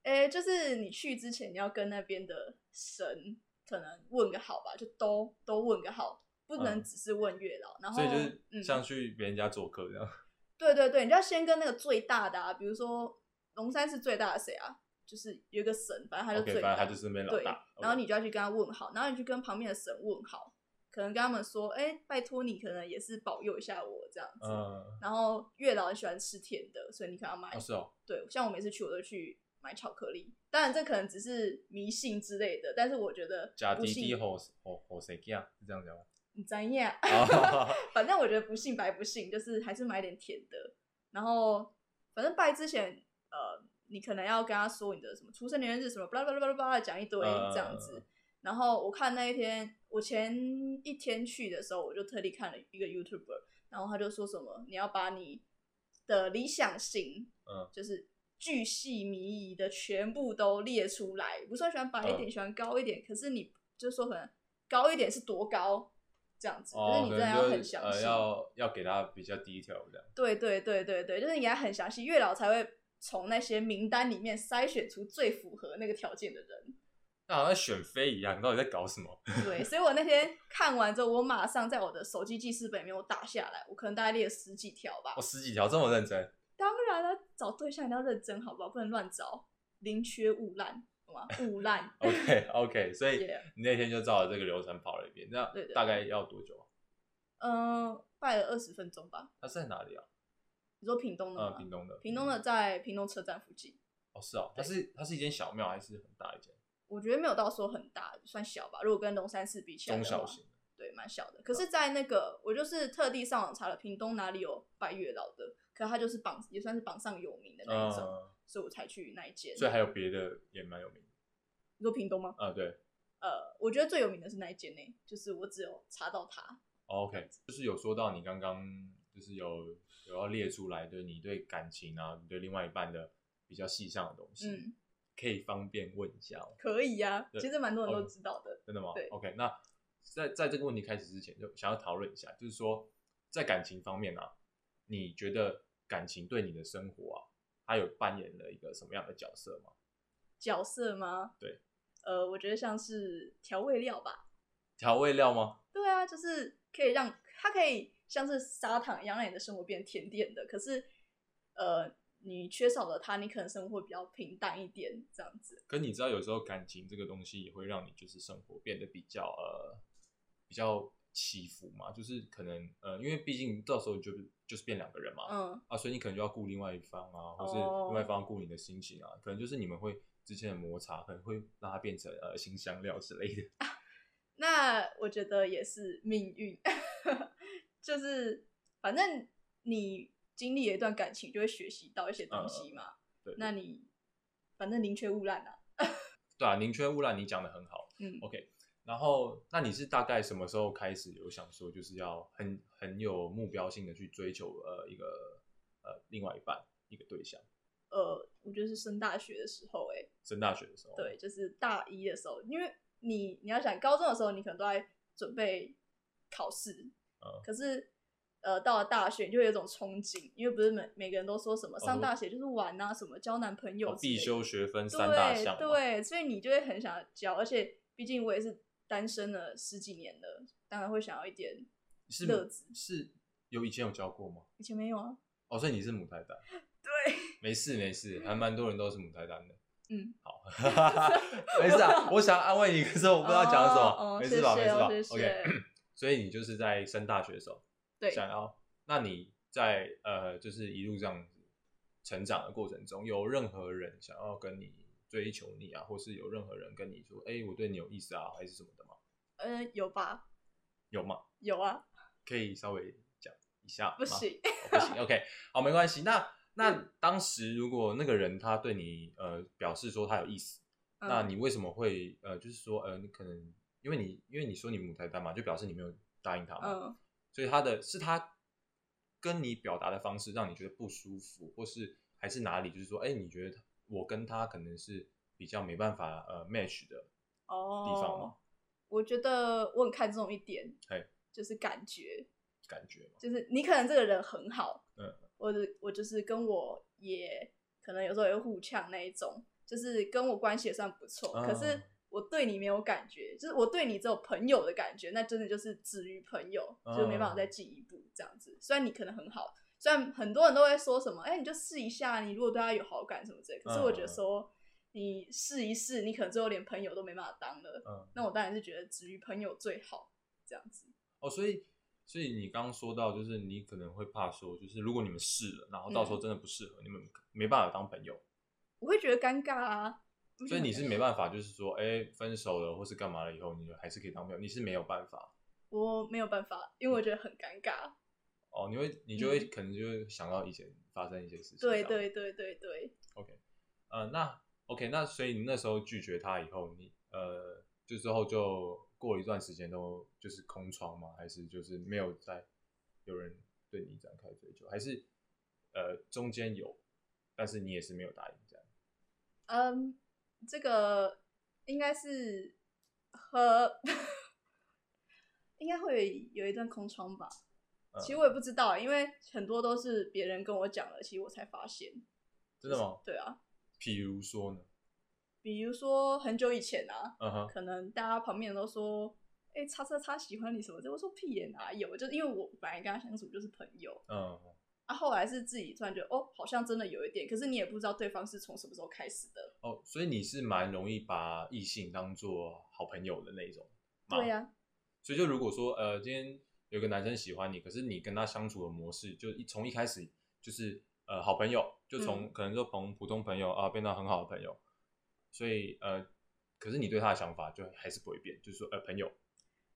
[SPEAKER 2] 诶，就是你去之前你要跟那边的神可能问个好吧，就都都问个好，不能
[SPEAKER 1] 嗯
[SPEAKER 2] 只是问月老。然后
[SPEAKER 1] 所以就是
[SPEAKER 2] 嗯
[SPEAKER 1] 像去别人家做客这样，
[SPEAKER 2] 对对对，你就要先跟那个最大的啊，比如说龙山是最大的谁啊？就是有一个神，反正他就
[SPEAKER 1] OK，
[SPEAKER 2] 最大
[SPEAKER 1] 反正他就是那边老
[SPEAKER 2] 对
[SPEAKER 1] 大。
[SPEAKER 2] 然后
[SPEAKER 1] OK
[SPEAKER 2] 你就要去跟他问好，然后你去跟旁边的神问好，可能跟他们说，哎，拜托你可能也是保佑一下我这样子。
[SPEAKER 1] 嗯，
[SPEAKER 2] 然后月老很喜欢吃甜的，所以你可能要买。
[SPEAKER 1] 哦是哦，
[SPEAKER 2] 对，像我每次去我都去买巧克力，当然这可能只是迷信之类的，但是我觉得
[SPEAKER 1] 假哦
[SPEAKER 2] 不
[SPEAKER 1] 滴滴
[SPEAKER 2] 信
[SPEAKER 1] 吼吼吼谁干是这样 讲吗？
[SPEAKER 2] 你怎样？
[SPEAKER 1] 哦
[SPEAKER 2] 反正我觉得不信白不信，就是还是买点甜的。然后反正拜之前，呃，你可能要跟他说你的什么出生年月日什么，巴拉巴拉巴拉巴拉讲一堆
[SPEAKER 1] 嗯
[SPEAKER 2] 这样子。然后我看那一天，我前一天去的时候，我就特地看了一个 YouTuber，然后他就说什么你要把你的理想型，
[SPEAKER 1] 嗯，
[SPEAKER 2] 就是巨细靡遗的全部都列出来，不是说喜欢白一点，
[SPEAKER 1] 嗯
[SPEAKER 2] 喜欢高一点，可是你就是说可能高一点是多高这样子，
[SPEAKER 1] 哦，
[SPEAKER 2] 就是
[SPEAKER 1] 可
[SPEAKER 2] 你真的
[SPEAKER 1] 能
[SPEAKER 2] 要
[SPEAKER 1] 就
[SPEAKER 2] 很
[SPEAKER 1] 是
[SPEAKER 2] 详
[SPEAKER 1] 呃
[SPEAKER 2] 细，
[SPEAKER 1] 要要给他比较低调这样。
[SPEAKER 2] 对对对对对，就是你给他很详细，月老才会从那些名单里面筛选出最符合那个条件的人。
[SPEAKER 1] 那好像选妃一样，你到底在搞什么？
[SPEAKER 2] 对，所以我那天看完之后，我马上在我的手机记事本里面我打下来，我可能大概列了十几条吧
[SPEAKER 1] 我、。哦十几条这么认真，。
[SPEAKER 2] 当然了，找对象一定要认真，好不好？不能乱找，宁缺毋滥，好吗？毋滥
[SPEAKER 1] OK OK，所以
[SPEAKER 2] Yeah
[SPEAKER 1] 你那天就照着这个流程跑了一遍，那
[SPEAKER 2] 对对
[SPEAKER 1] 大概要多久啊？
[SPEAKER 2] 嗯、拜了二十分钟吧。
[SPEAKER 1] 它是在哪里啊？
[SPEAKER 2] 你说屏东的
[SPEAKER 1] 呃，
[SPEAKER 2] 吗？
[SPEAKER 1] 屏东的。
[SPEAKER 2] 嗯屏东的在屏东车站附近，
[SPEAKER 1] 哦，是哦，它是它是一间小庙还是很大一间？
[SPEAKER 2] 我觉得没有到说很大，算小吧。如果跟龙山寺比起来的
[SPEAKER 1] 中小
[SPEAKER 2] 话，
[SPEAKER 1] 型。
[SPEAKER 2] 对，蛮小
[SPEAKER 1] 嗯
[SPEAKER 2] 的。可是，在那个我就是特地上网查了屏东哪里有拜月老的，可他就是榜也算是榜上有名的那一种，
[SPEAKER 1] 嗯，
[SPEAKER 2] 所以我才去那一间。
[SPEAKER 1] 所以还有别的也蛮有名的。
[SPEAKER 2] 你说屏东吗？
[SPEAKER 1] 啊，对
[SPEAKER 2] 呃，我觉得最有名的是那一间呢，就是我只有查到它。
[SPEAKER 1] 哦，OK，就是有说到你刚刚就是有有要列出来，对你对感情啊，你对另外一半的比较细项的东西，
[SPEAKER 2] 嗯，
[SPEAKER 1] 可以方便问一下吗？
[SPEAKER 2] 可以呀、
[SPEAKER 1] 对
[SPEAKER 2] 其实蛮多人都
[SPEAKER 1] 哦
[SPEAKER 2] 知道的。
[SPEAKER 1] 真的吗？
[SPEAKER 2] 对
[SPEAKER 1] o k 那在在这个问题开始之前，就想要讨论一下，就是说在感情方面啊，你觉得感情对你的生活啊，它有扮演了一个什么样的角色吗？
[SPEAKER 2] 角色吗？
[SPEAKER 1] 对。
[SPEAKER 2] 呃，我觉得像是调味料吧。
[SPEAKER 1] 调味料吗？
[SPEAKER 2] 对啊，就是可以让它可以像是砂糖一样，让你的生活变甜点的。可是，呃，你缺少了它，你可能生活会比较平淡一点，这样子。
[SPEAKER 1] 可你知道，有时候感情这个东西也会让你就是生活变得比较呃比较起伏嘛，就是可能呃，因为毕竟到时候你就就是变两个人嘛，
[SPEAKER 2] 嗯，
[SPEAKER 1] 啊，所以你可能就要顾另外一方啊，或是
[SPEAKER 2] 哦
[SPEAKER 1] 另外一方顾你的心情啊，可能就是你们会之间的摩擦，可能会让它变成呃新香料之类的。
[SPEAKER 2] 那我觉得也是命运，就是反正你经历了一段感情，就会学习到一些东西嘛。
[SPEAKER 1] 嗯对
[SPEAKER 2] 那你反正宁缺毋滥啊。
[SPEAKER 1] 对啊，宁缺毋滥，你讲的很好。
[SPEAKER 2] 嗯，
[SPEAKER 1] OK，然后那你是大概什么时候开始有想说，就是要很很有目标性的去追求呃一个呃另外一半一个对象？
[SPEAKER 2] 呃，我觉得是升大学的时候、欸，
[SPEAKER 1] 升大学的时候，
[SPEAKER 2] 对，就是大一的时候，因为你你要想，高中的时候你可能都在准备考试，
[SPEAKER 1] 嗯
[SPEAKER 2] 可是呃，到了大学你就会有一种憧憬，因为不是每每个人都说什么
[SPEAKER 1] 哦
[SPEAKER 2] 上
[SPEAKER 1] 都
[SPEAKER 2] 大学就是玩啊，什么交男朋友
[SPEAKER 1] 哦
[SPEAKER 2] 之类
[SPEAKER 1] 必
[SPEAKER 2] 的
[SPEAKER 1] 修学分三大项嘛
[SPEAKER 2] 对对，所以你就会很想要交，而且毕竟我也是单身了十几年了，当然会想要一点。
[SPEAKER 1] 是
[SPEAKER 2] 乐子
[SPEAKER 1] 是有以前有教过吗？
[SPEAKER 2] 以前没有啊，
[SPEAKER 1] 哦，所以你是母胎单，
[SPEAKER 2] 对，
[SPEAKER 1] 没事没事，还蛮多人都是母胎单的。
[SPEAKER 2] 嗯，
[SPEAKER 1] 好， 没事啊，我想安慰你，可是我不知道讲什么，
[SPEAKER 2] 哦哦
[SPEAKER 1] 没事吧，
[SPEAKER 2] 谢谢哦
[SPEAKER 1] 没
[SPEAKER 2] 谢
[SPEAKER 1] 事吧
[SPEAKER 2] 谢
[SPEAKER 1] ，OK 。 所以你就是在升大学的时候，
[SPEAKER 2] 对，
[SPEAKER 1] 想要。那你在呃，就是一路这样子成长的过程中，有任何人想要跟你追求你啊，或是有任何人跟你说，哎、我对你有意思啊，还是什么的吗？
[SPEAKER 2] 嗯、有吧，
[SPEAKER 1] 有吗？
[SPEAKER 2] 有啊，
[SPEAKER 1] 可以稍微讲一下吗？
[SPEAKER 2] 不行，嗯
[SPEAKER 1] 哦不 行，OK，好，没关系。那那当时如果那个人他对你呃表示说他有意思，那
[SPEAKER 2] 嗯
[SPEAKER 1] 你为什么会呃就是说呃你可能因为你因为你说你母胎单嘛，就表示你没有答应他嘛，
[SPEAKER 2] 嗯，
[SPEAKER 1] 所以他的是他跟你表达的方式让你觉得不舒服，或是还是哪里，就是说，哎、你觉得他我跟他可能是比较没办法呃 match 的，
[SPEAKER 2] 哦，
[SPEAKER 1] 地方吗
[SPEAKER 2] 我觉得我很看重一点
[SPEAKER 1] 嘿，
[SPEAKER 2] 就是感觉，
[SPEAKER 1] 感觉嘛，
[SPEAKER 2] 就是你可能这个人很好，
[SPEAKER 1] 嗯，
[SPEAKER 2] 我的我就是跟我也可能有时候也会互呛那一种，就是跟我关系也算不错，
[SPEAKER 1] 哦
[SPEAKER 2] 可是我对你没有感觉，就是我对你只有朋友的感觉，那真的就是止于朋友，
[SPEAKER 1] 哦
[SPEAKER 2] 就是没办法再进一步这样子。虽然你可能很好，虽然很多人都会说什么，哎、你就试一下，你如果对他有好感什么之类，可是我觉得
[SPEAKER 1] 嗯
[SPEAKER 2] 说。你试一试，你可能最后连朋友都没办法当了。
[SPEAKER 1] 嗯，
[SPEAKER 2] 那我当然是觉得止于朋友最好，这样子。
[SPEAKER 1] 哦，所以所以你刚刚说到，就是你可能会怕说，就是如果你们试了，然后到时候
[SPEAKER 2] 嗯
[SPEAKER 1] 真的不适合，你们没办法当朋友，
[SPEAKER 2] 我会觉得尴尬啊。
[SPEAKER 1] 所
[SPEAKER 2] 我
[SPEAKER 1] 以
[SPEAKER 2] 觉得
[SPEAKER 1] 你是没办法，就是说，哎、分手了或是干嘛了以后，你就还是可以当朋友，你是没有办法
[SPEAKER 2] 我没有办法，因为
[SPEAKER 1] 嗯
[SPEAKER 2] 我觉得很尴尬。
[SPEAKER 1] 哦，你会你就会、
[SPEAKER 2] 嗯
[SPEAKER 1] 可能就会想到以前发生一些事情，
[SPEAKER 2] 对，对对对对，
[SPEAKER 1] 呃，那 OK，那所以你那时候拒绝他以后，你呃，就之后就过了一段时间都就是空窗吗？还是就是没有再有人对你展开追求？还是呃中间有，但是你也是没有答应这样？
[SPEAKER 2] 嗯，这个应该是和应该会有一段空窗吧。
[SPEAKER 1] 嗯
[SPEAKER 2] 其实我也不知道，因为很多都是别人跟我讲了，其实我才发现。
[SPEAKER 1] 真的吗？
[SPEAKER 2] 对啊，
[SPEAKER 1] 譬如说呢？
[SPEAKER 2] 比如说很久以前啊，
[SPEAKER 1] 嗯哼，
[SPEAKER 2] 可能大家旁边人都说：“哎、叉叉叉喜欢你什么的。”我说：“屁眼哪有？”就是因为我本来跟他相处就是朋友，
[SPEAKER 1] 嗯，
[SPEAKER 2] 啊，后来是自己突然觉得哦，好像真的有一点，可是你也不知道对方是从什么时候开始的。
[SPEAKER 1] 哦，所以你是蛮容易把异性当做好朋友的那一种吗？
[SPEAKER 2] 对啊呀、
[SPEAKER 1] 所以就如果说呃，今天有个男生喜欢你，可是你跟他相处的模式，就一从一开始就是呃好朋友，就从、
[SPEAKER 2] 嗯
[SPEAKER 1] 可能就从普通朋友啊、变到很好的朋友，所以呃，可是你对他的想法就还是不会变，就是说呃朋友，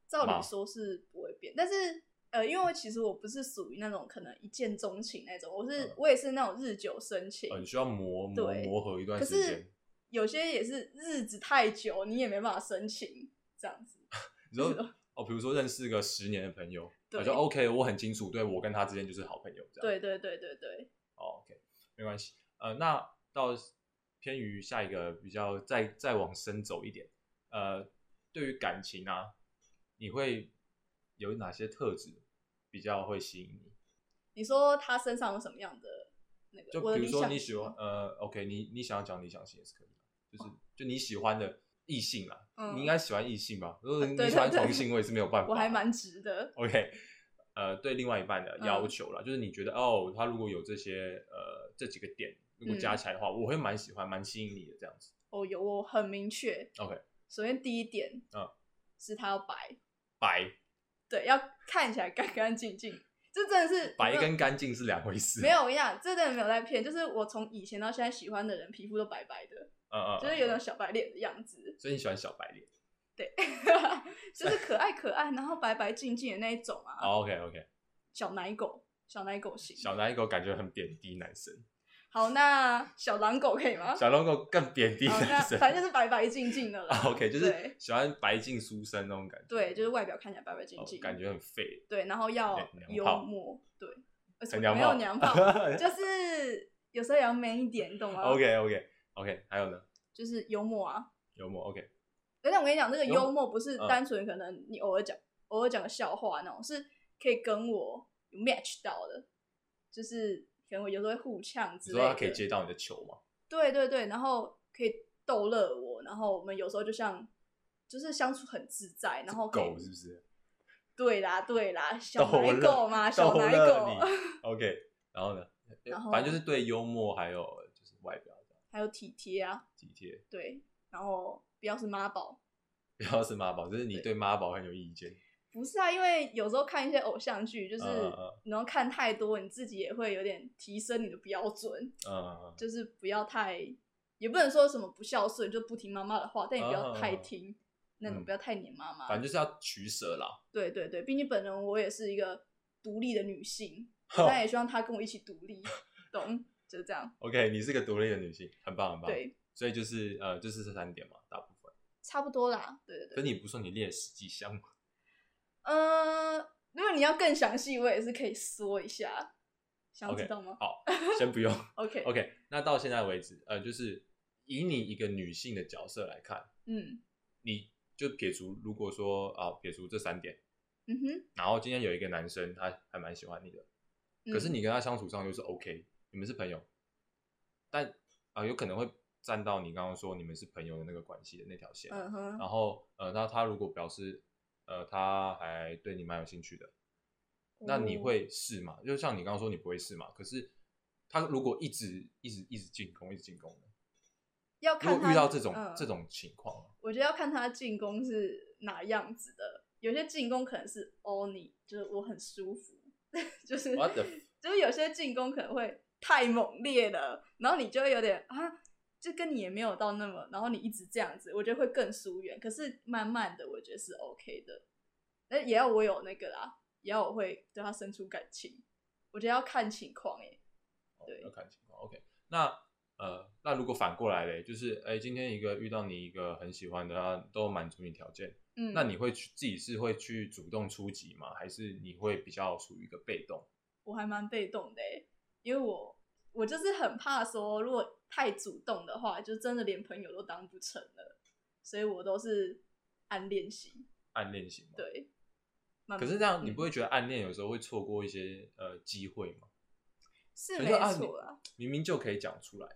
[SPEAKER 2] 照
[SPEAKER 1] 嘛
[SPEAKER 2] 理说是不会变，但是呃，因为我其实我不是属于那种可能一见钟情那种，我是、
[SPEAKER 1] 嗯
[SPEAKER 2] 我也是那种日久生情，
[SPEAKER 1] 呃你需要磨磨
[SPEAKER 2] 对
[SPEAKER 1] 磨合一段
[SPEAKER 2] 可
[SPEAKER 1] 时
[SPEAKER 2] 是
[SPEAKER 1] 间。
[SPEAKER 2] 有些也是日子太久，你也没办法深情这样 子。
[SPEAKER 1] 你说
[SPEAKER 2] 是的
[SPEAKER 1] 哦，比如说认识个十年的朋友，
[SPEAKER 2] 对
[SPEAKER 1] 我就 OK，我很清楚，对我跟他之间就是好朋友这样。
[SPEAKER 2] 对对对对对，
[SPEAKER 1] 哦，OK，没关系。呃，那到偏于下一个比较再再往深走一点，呃，对于感情啊，你会有哪些特质比较会吸引你？
[SPEAKER 2] 你说他身上有什么样的那个？
[SPEAKER 1] 就
[SPEAKER 2] 我的
[SPEAKER 1] 比如
[SPEAKER 2] 理
[SPEAKER 1] 说
[SPEAKER 2] 想嗯
[SPEAKER 1] 你
[SPEAKER 2] 型
[SPEAKER 1] 喜欢
[SPEAKER 2] 吗，
[SPEAKER 1] 呃，OK，你你想要讲理想型也是可以的，就是、就你喜欢的异性啊，
[SPEAKER 2] 哦嗯
[SPEAKER 1] 你应该喜欢异性吧？如果
[SPEAKER 2] 啊
[SPEAKER 1] 你
[SPEAKER 2] 对
[SPEAKER 1] 喜欢
[SPEAKER 2] 对对
[SPEAKER 1] 同性，我也是没有办法。
[SPEAKER 2] 我还蛮直的。
[SPEAKER 1] OK，呃，对另外一半的
[SPEAKER 2] 嗯
[SPEAKER 1] 要求啦，就是你觉得哦，他如果有这些呃这几个点，如果
[SPEAKER 2] 嗯
[SPEAKER 1] 加起来的话，我会蛮喜欢、蛮吸引你的这样子。
[SPEAKER 2] 哦，有我很明确。
[SPEAKER 1] OK
[SPEAKER 2] 首先第一点，
[SPEAKER 1] 嗯，
[SPEAKER 2] 是他要白，
[SPEAKER 1] 白
[SPEAKER 2] 对，要看起来干干净净。这真的是
[SPEAKER 1] 白
[SPEAKER 2] 我没有
[SPEAKER 1] 跟干净是两回事。
[SPEAKER 2] 没有，我跟你讲，这真的没有在骗。就是我从以前到现在喜欢的人，皮肤都白白的，
[SPEAKER 1] 嗯，嗯嗯，
[SPEAKER 2] 就是有种小白脸的样子，
[SPEAKER 1] 所以你喜欢小白脸。
[SPEAKER 2] 就是可爱可爱，然后白白净净的那一种啊，
[SPEAKER 1] o OK OK，
[SPEAKER 2] 小奶狗，小奶狗型。
[SPEAKER 1] 哦小奶狗感觉很贬低男生，
[SPEAKER 2] 好，那小狼狗可以吗？
[SPEAKER 1] 小狼狗更贬低
[SPEAKER 2] 好，哦那
[SPEAKER 1] 男生。啊
[SPEAKER 2] 反正就是白白净净的啦。
[SPEAKER 1] 哦 OK，就是
[SPEAKER 2] 对
[SPEAKER 1] 喜欢白净书生那种感觉。
[SPEAKER 2] 对，就是外表看起来白白净
[SPEAKER 1] 哦
[SPEAKER 2] 净，
[SPEAKER 1] 感觉很废，
[SPEAKER 2] 对，然后要
[SPEAKER 1] 有点
[SPEAKER 2] 幽
[SPEAKER 1] 娘炮
[SPEAKER 2] 默，对，呃
[SPEAKER 1] 很娘
[SPEAKER 2] 没有
[SPEAKER 1] 炮。哦
[SPEAKER 2] 娘炮， 就是有时候也要 man 一点，你懂吗
[SPEAKER 1] OK OK OK，还有呢，
[SPEAKER 2] 就是幽默啊。
[SPEAKER 1] 幽默 OK，
[SPEAKER 2] 而且我跟你讲，这个
[SPEAKER 1] 幽默
[SPEAKER 2] 幽默不是
[SPEAKER 1] 嗯
[SPEAKER 2] 单纯可能你偶尔讲、偶尔讲个笑话那种，是可以跟我有 match 到的，就是可能我有时候会互呛
[SPEAKER 1] 你
[SPEAKER 2] 之类
[SPEAKER 1] 说
[SPEAKER 2] 的。
[SPEAKER 1] 他可以接到你的球吗？
[SPEAKER 2] 对对对，然后可以逗乐我，然后我们有时候就像就是相处很自在，然后可以
[SPEAKER 1] 狗是不是？
[SPEAKER 2] 对啦对啦，小
[SPEAKER 1] 逗
[SPEAKER 2] 奶
[SPEAKER 1] 乐
[SPEAKER 2] 狗嘛，小
[SPEAKER 1] 逗
[SPEAKER 2] 奶
[SPEAKER 1] 乐
[SPEAKER 2] 狗，
[SPEAKER 1] 你 OK，然后呢？
[SPEAKER 2] 然后
[SPEAKER 1] 反正就是对幽默还有就是外表的
[SPEAKER 2] 还有体贴啊，
[SPEAKER 1] 体贴，
[SPEAKER 2] 对，然后不要是妈宝。
[SPEAKER 1] 不要是妈宝，就是你对妈宝很有意见。
[SPEAKER 2] 不是啊，因为有时候看一些偶像剧，就是
[SPEAKER 1] 嗯嗯嗯
[SPEAKER 2] 你能看太多，你自己也会有点提升你的标准，
[SPEAKER 1] 嗯，
[SPEAKER 2] 就是不要太，也不能说什么不孝顺，就不听妈妈的话，但也不要太听、那种，
[SPEAKER 1] 嗯
[SPEAKER 2] 不要太黏妈妈。
[SPEAKER 1] 反正就是要取舍啦。
[SPEAKER 2] 对对对，毕竟本人我也是一个独立的女性，
[SPEAKER 1] 哦
[SPEAKER 2] 但也希望她跟我一起独立，懂？就是这样，
[SPEAKER 1] OK，你是个独立的女性，很棒很棒。，
[SPEAKER 2] 对，
[SPEAKER 1] 所以就是呃，就是这三点嘛，大部分。
[SPEAKER 2] 差不多啦，对对
[SPEAKER 1] 可是
[SPEAKER 2] 对。
[SPEAKER 1] 你不是说你练十几项吗？
[SPEAKER 2] 呃，如果你要更详细，我也是可以说一下，想要
[SPEAKER 1] OK，
[SPEAKER 2] 知道吗
[SPEAKER 1] 好，先不 用。
[SPEAKER 2] ？OK，,
[SPEAKER 1] OK，那到现在为止，呃，就是以你一个女性的角色来看，
[SPEAKER 2] 嗯
[SPEAKER 1] 你就撇除如果说啊、撇除这三点，
[SPEAKER 2] 嗯哼。
[SPEAKER 1] 然后今天有一个男生，他还蛮喜欢你的，可是
[SPEAKER 2] 嗯
[SPEAKER 1] 你跟他相处上就是 OK，你们是朋友，但啊、有可能会站到你刚刚说你们是朋友的那个关系的那条线。
[SPEAKER 2] 嗯哼，
[SPEAKER 1] 然后呃，那他如果表示呃他还对你蛮有兴趣的，那你
[SPEAKER 2] 哦
[SPEAKER 1] 会试吗？就像你刚刚说你不会试嘛，可是他如果一直一直一直进攻，一直进攻呢？
[SPEAKER 2] 要
[SPEAKER 1] 如
[SPEAKER 2] 看
[SPEAKER 1] 果
[SPEAKER 2] 他
[SPEAKER 1] 遇到这种、
[SPEAKER 2] 嗯
[SPEAKER 1] 这种情况，
[SPEAKER 2] 我觉得要看他进攻是哪样子的，有些进攻可能是哦你，就是我很舒服， 就是
[SPEAKER 1] ，what the
[SPEAKER 2] 就是有些进攻可能会太猛烈了，然后你就会有点啊，就跟你也没有到那么，然后你一直这样子，我觉得会更疏远。可是慢慢的，我觉得是 OK 的，那也要我有那个啦，也要我会对他生出感情，我觉得要看情况诶、
[SPEAKER 1] 哦
[SPEAKER 2] 对
[SPEAKER 1] 要看情况。OK，那呃，那如果反过来嘞，就是哎，今天一个遇到你一个很喜欢的，他都满足你条件，
[SPEAKER 2] 嗯，
[SPEAKER 1] 那你会去自己是会去主动出击吗？还是你会比较属于一个被动？
[SPEAKER 2] 我还蛮被动的欸，因为我我就是很怕说，如果太主动的话，就真的连朋友都当不成了，所以我都是按练习，
[SPEAKER 1] 暗恋型吗？。
[SPEAKER 2] 对。慢
[SPEAKER 1] 可
[SPEAKER 2] 慢
[SPEAKER 1] 是这样，你不
[SPEAKER 2] 嗯
[SPEAKER 1] 会觉得暗恋有时候会错过一些呃机会吗？
[SPEAKER 2] 是
[SPEAKER 1] 可
[SPEAKER 2] 没
[SPEAKER 1] 是啊
[SPEAKER 2] 错啦，
[SPEAKER 1] 明明就可以讲出来，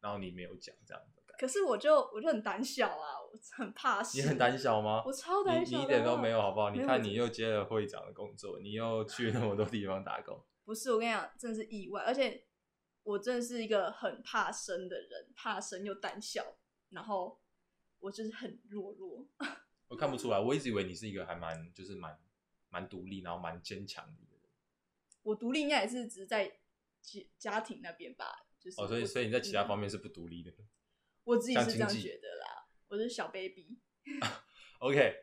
[SPEAKER 1] 然后你没有讲这样的感觉，
[SPEAKER 2] 可是我就我就很胆小啊，我很怕事。
[SPEAKER 1] 你很胆小吗？
[SPEAKER 2] 我超
[SPEAKER 1] 你
[SPEAKER 2] 胆小
[SPEAKER 1] 你
[SPEAKER 2] 的啊
[SPEAKER 1] 一点都没有，好不好？
[SPEAKER 2] 没
[SPEAKER 1] 你
[SPEAKER 2] 有
[SPEAKER 1] 看
[SPEAKER 2] 我
[SPEAKER 1] 你又接了会长的工作，你又去那么多地方打工，
[SPEAKER 2] 不是，我跟你讲，真的是意外，而且我真的是一个很怕生的人，怕生又胆小，然后我就是很弱弱。
[SPEAKER 1] 我看不出来，我一直以为你是一个还蛮就是蛮蛮独立，然后蛮坚强的一个人。
[SPEAKER 2] 我独立应该也是只是在家家庭那边吧，就是
[SPEAKER 1] 哦，所以
[SPEAKER 2] 我
[SPEAKER 1] 所以你在其他
[SPEAKER 2] 嗯
[SPEAKER 1] 方面是不独立的。
[SPEAKER 2] 我自己是
[SPEAKER 1] 像
[SPEAKER 2] 这样
[SPEAKER 1] 经济
[SPEAKER 2] 觉得啦，我是小 baby，
[SPEAKER 1] OK，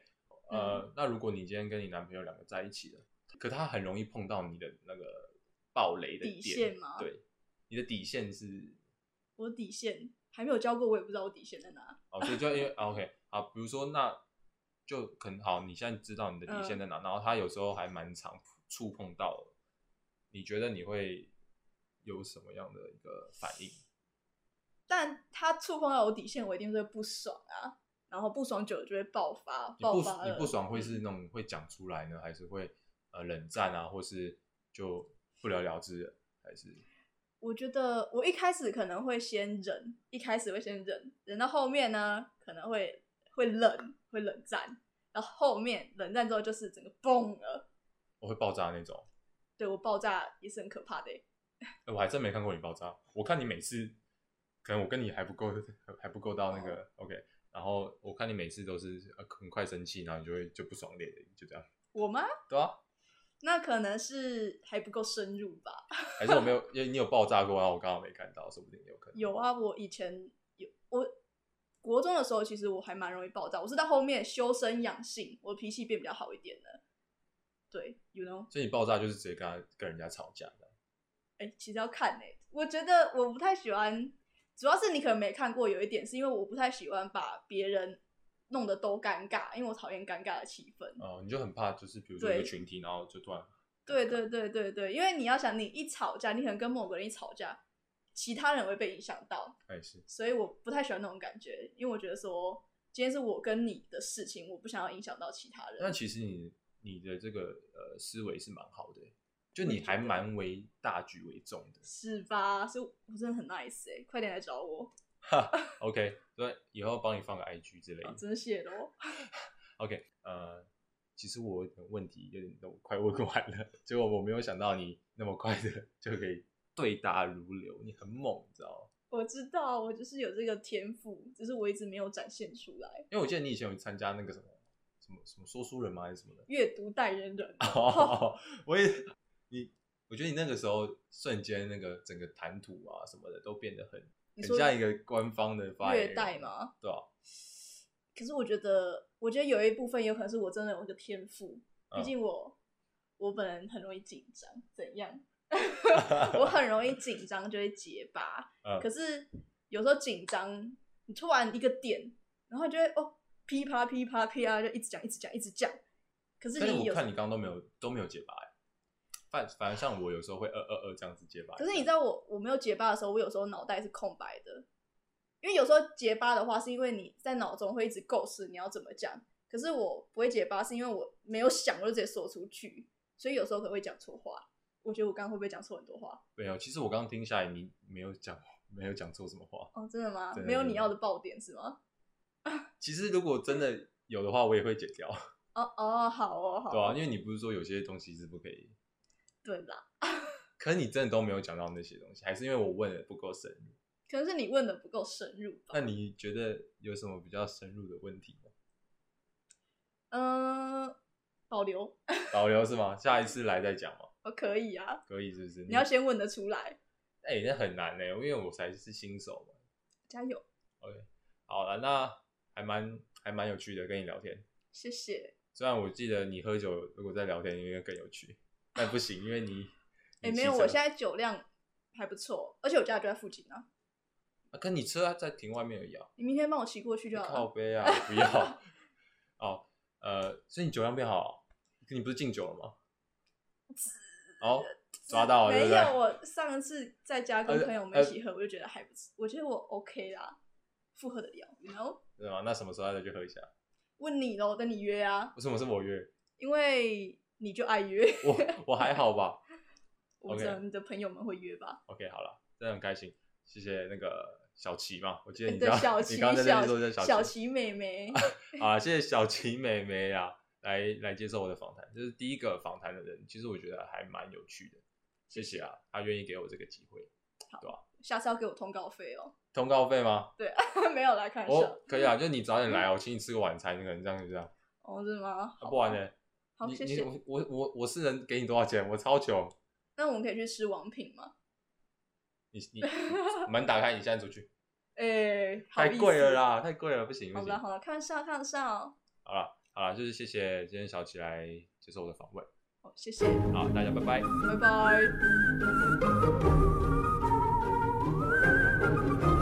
[SPEAKER 1] 呃，
[SPEAKER 2] 嗯
[SPEAKER 1] 那如果你今天跟你男朋友两个在一起了，可他很容易碰到你的那个暴雷的点
[SPEAKER 2] 底线吗
[SPEAKER 1] 对，你的底线是
[SPEAKER 2] 我底线还没有教过，我也不知道我底线在哪。
[SPEAKER 1] 哦，所以就因为啊 OK 啊，比如说那就可能好，你现在知道你的底
[SPEAKER 2] 嗯
[SPEAKER 1] 线在哪，然后他有时候还蛮常触碰到了，你觉得你会有什么样的一个反应？
[SPEAKER 2] 但他触碰到我底线，我一定是会不爽啊，然后不爽久了就会爆发，
[SPEAKER 1] 你不
[SPEAKER 2] 爆发
[SPEAKER 1] 你
[SPEAKER 2] 了嗯
[SPEAKER 1] 不爽会是那种会讲出来呢，还是会呃冷战啊，或是就不了了之了，还是
[SPEAKER 2] 我觉得我一开始可能会先忍，一开始会先忍，忍到后面呢，可能会会冷，会冷战，然后后面冷战之后就是整个崩了，
[SPEAKER 1] 我会爆炸那种？
[SPEAKER 2] 对我爆炸也是很可怕的欸、
[SPEAKER 1] 哎、我还真没看过你爆炸。我看你每次，可能我跟你还不够，还不够到那
[SPEAKER 2] 哦
[SPEAKER 1] 个、OK。然后我看你每次都是呃很快生气，然后你就会就不爽咧，就这样。
[SPEAKER 2] 我吗？
[SPEAKER 1] 对啊，
[SPEAKER 2] 那可能是还不够深入吧。
[SPEAKER 1] 还是我没 有，因为你有爆炸过啊，我刚好没看到，说不定有可能。
[SPEAKER 2] 有啊，我以前有我国中的时候，其实我还蛮容易爆炸，我是到后面修身养性，我脾气变比较好一点了。对，you know。
[SPEAKER 1] 所以你爆炸就是直接跟他跟人家吵架的。
[SPEAKER 2] 哎、其实要看哎、我觉得我不太喜欢，主要是你可能没看过，有一点是因为我不太喜欢把别人弄得都尴尬，因为我讨厌尴尬的气氛。
[SPEAKER 1] 哦、你就很怕，就是比如说一个
[SPEAKER 2] 对
[SPEAKER 1] 群体，然后就突然
[SPEAKER 2] 对对对对对，因为你要想，你一吵架，你可能跟某个人一吵架，其他人会被影响到，
[SPEAKER 1] 开始。
[SPEAKER 2] 所以我不太喜欢那种感觉，因为我觉得说今天是我跟你的事情，我不想要影响到其他
[SPEAKER 1] 那
[SPEAKER 2] 人。
[SPEAKER 1] 其实你你的这个呃思维是蛮好的欸，就
[SPEAKER 2] 我
[SPEAKER 1] 你
[SPEAKER 2] 觉
[SPEAKER 1] 还
[SPEAKER 2] 得
[SPEAKER 1] 蛮为大局为重的。
[SPEAKER 2] 是吧？所以我真的很 nice 哎、快点来找我，
[SPEAKER 1] OK，所以以后帮你放个 IG 之类
[SPEAKER 2] 啊
[SPEAKER 1] 的。
[SPEAKER 2] 真的谢喽。
[SPEAKER 1] OK，呃，其实我有点问题，有点都快问完了，结果我没有想到你那么快的就可以对答如流，你很猛，你知道吗？
[SPEAKER 2] 我知道，我就是有这个天赋，只是我一直没有展现出来。
[SPEAKER 1] 因为我记得你以前有参加那个什么什么什么说书人吗，还是什么的？
[SPEAKER 2] 阅读代言人，
[SPEAKER 1] 哦， 我也你，我觉得你那个时候瞬间那个整个谈吐啊什么的都变得很
[SPEAKER 2] 你
[SPEAKER 1] 很
[SPEAKER 2] 说
[SPEAKER 1] 像一个官方的发言
[SPEAKER 2] 略
[SPEAKER 1] 人
[SPEAKER 2] 带？吗？
[SPEAKER 1] 对啊，
[SPEAKER 2] 可是我觉得，我觉得有一部分有可能是我真的有一个天赋，
[SPEAKER 1] 嗯
[SPEAKER 2] 毕竟我、我本人很容易紧张，怎样？ 我很容易紧张就会结巴，
[SPEAKER 1] 嗯
[SPEAKER 2] 可是有时候紧张，你突然一个点，然后就会哦噼啪噼啪噼啊啪就一直讲一直讲一直讲，可是
[SPEAKER 1] 但是
[SPEAKER 2] 你
[SPEAKER 1] 我
[SPEAKER 2] 有时
[SPEAKER 1] 看
[SPEAKER 2] 候
[SPEAKER 1] 你刚刚都没有都没有结巴欸，反反而像我有时候会呃呃呃这样子结巴。
[SPEAKER 2] 可是你知道我我没有结巴的时候，我有时候脑袋是空白的，因为有时候结巴的话，是因为你在脑中会一直构思你要怎么讲。可是我不会结巴，是因为我没有想，我就直接说出去，所以有时候可能会讲错话。我觉得我刚刚会不会讲错很多话？
[SPEAKER 1] 没有？其实我刚刚听下来，你没有讲没有讲错什么话。
[SPEAKER 2] 哦，真的吗？
[SPEAKER 1] 对
[SPEAKER 2] 没有你要的爆点是吗？
[SPEAKER 1] 其实如果真的有的话，我也会剪掉，
[SPEAKER 2] 哦哦，好哦好
[SPEAKER 1] 对啊，
[SPEAKER 2] 哦，
[SPEAKER 1] 因为你不是说有些东西是不可以，
[SPEAKER 2] 对啦，
[SPEAKER 1] 可是你真的都没有讲到那些东西，还是因为我问的不够深入。
[SPEAKER 2] 可能是你问的不够深入吧。
[SPEAKER 1] 那你觉得有什么比较深入的问题吗？
[SPEAKER 2] 嗯，保留，
[SPEAKER 1] 保留是吗？下一次来再讲嘛，
[SPEAKER 2] 我可以啊。
[SPEAKER 1] 可以是不是？
[SPEAKER 2] 你要先问得出来，
[SPEAKER 1] 哎、那很难呢、因为我才是新手嘛。
[SPEAKER 2] 加油，
[SPEAKER 1] 好了，那还蛮还蛮有趣的，跟你聊天。
[SPEAKER 2] 谢谢。
[SPEAKER 1] 虽然我记得你喝酒如果在聊天应该更有趣，但不行，因为你
[SPEAKER 2] 哎、
[SPEAKER 1] 你
[SPEAKER 2] 没有，
[SPEAKER 1] 骑
[SPEAKER 2] 我
[SPEAKER 1] 车
[SPEAKER 2] 现在酒量还不错，而且我家就在附近啊。
[SPEAKER 1] 啊跟你车在停外面而已啊，
[SPEAKER 2] 你明天帮我骑过去就好
[SPEAKER 1] 靠
[SPEAKER 2] 了。
[SPEAKER 1] 背 啊，不要。哦，呃，所以你酒量变好，可你不是敬酒了 吗？哦，抓到了，对
[SPEAKER 2] 没
[SPEAKER 1] 不对？
[SPEAKER 2] 有，我上一次在家跟
[SPEAKER 1] 呃
[SPEAKER 2] 朋友们一起喝，我就觉得还不错，我觉得我 OK 啦，负荷得了。然后
[SPEAKER 1] 对吗？那什么时候再去喝一下？
[SPEAKER 2] 问你咯，等你约啊，
[SPEAKER 1] 为什么是我约？
[SPEAKER 2] 因为你就爱约。
[SPEAKER 1] 我我还好吧。
[SPEAKER 2] 我不知道
[SPEAKER 1] OK
[SPEAKER 2] 你的朋友们会约吧？
[SPEAKER 1] OK，好了，真的很开心，谢谢那个小琪嘛，我记得
[SPEAKER 2] 你
[SPEAKER 1] 你叫
[SPEAKER 2] 的小
[SPEAKER 1] 你
[SPEAKER 2] 琪
[SPEAKER 1] 刚刚在那
[SPEAKER 2] 小
[SPEAKER 1] 边说叫
[SPEAKER 2] 小
[SPEAKER 1] 琪
[SPEAKER 2] 琪 妹妹，
[SPEAKER 1] 啊，谢谢小琪妹妹啊，来来接受我的访谈，这是第一个访谈的人，其实我觉得还蛮有趣的，谢谢啊，她愿意给我这个机会，
[SPEAKER 2] 下次要给我通告费哦。
[SPEAKER 1] 通告费吗？
[SPEAKER 2] 没有啦，开玩笑
[SPEAKER 1] 哦。，可以啊，就你早点来啊，我请你吃个晚餐，可能这样就这样，
[SPEAKER 2] 哦，真的吗？
[SPEAKER 1] 啊
[SPEAKER 2] 嗯好
[SPEAKER 1] 不然
[SPEAKER 2] 吧？
[SPEAKER 1] 呢？
[SPEAKER 2] 好，
[SPEAKER 1] 你
[SPEAKER 2] 谢
[SPEAKER 1] 你
[SPEAKER 2] 谢。
[SPEAKER 1] 我我我我是能给你多少钱？我超穷，
[SPEAKER 2] 那我们可以去吃王品吗？
[SPEAKER 1] 你 你门打开，你现在出去，
[SPEAKER 2] 哎，好
[SPEAKER 1] 太
[SPEAKER 2] 意
[SPEAKER 1] 贵
[SPEAKER 2] 思
[SPEAKER 1] 了。啦，太贵了，不行不
[SPEAKER 2] 好
[SPEAKER 1] 行。
[SPEAKER 2] 了好了，看上看上，
[SPEAKER 1] 好了好了，就是谢谢今天小琪来接受我的访问，
[SPEAKER 2] 好，哦谢谢，
[SPEAKER 1] 好，大家拜拜。
[SPEAKER 2] 拜拜。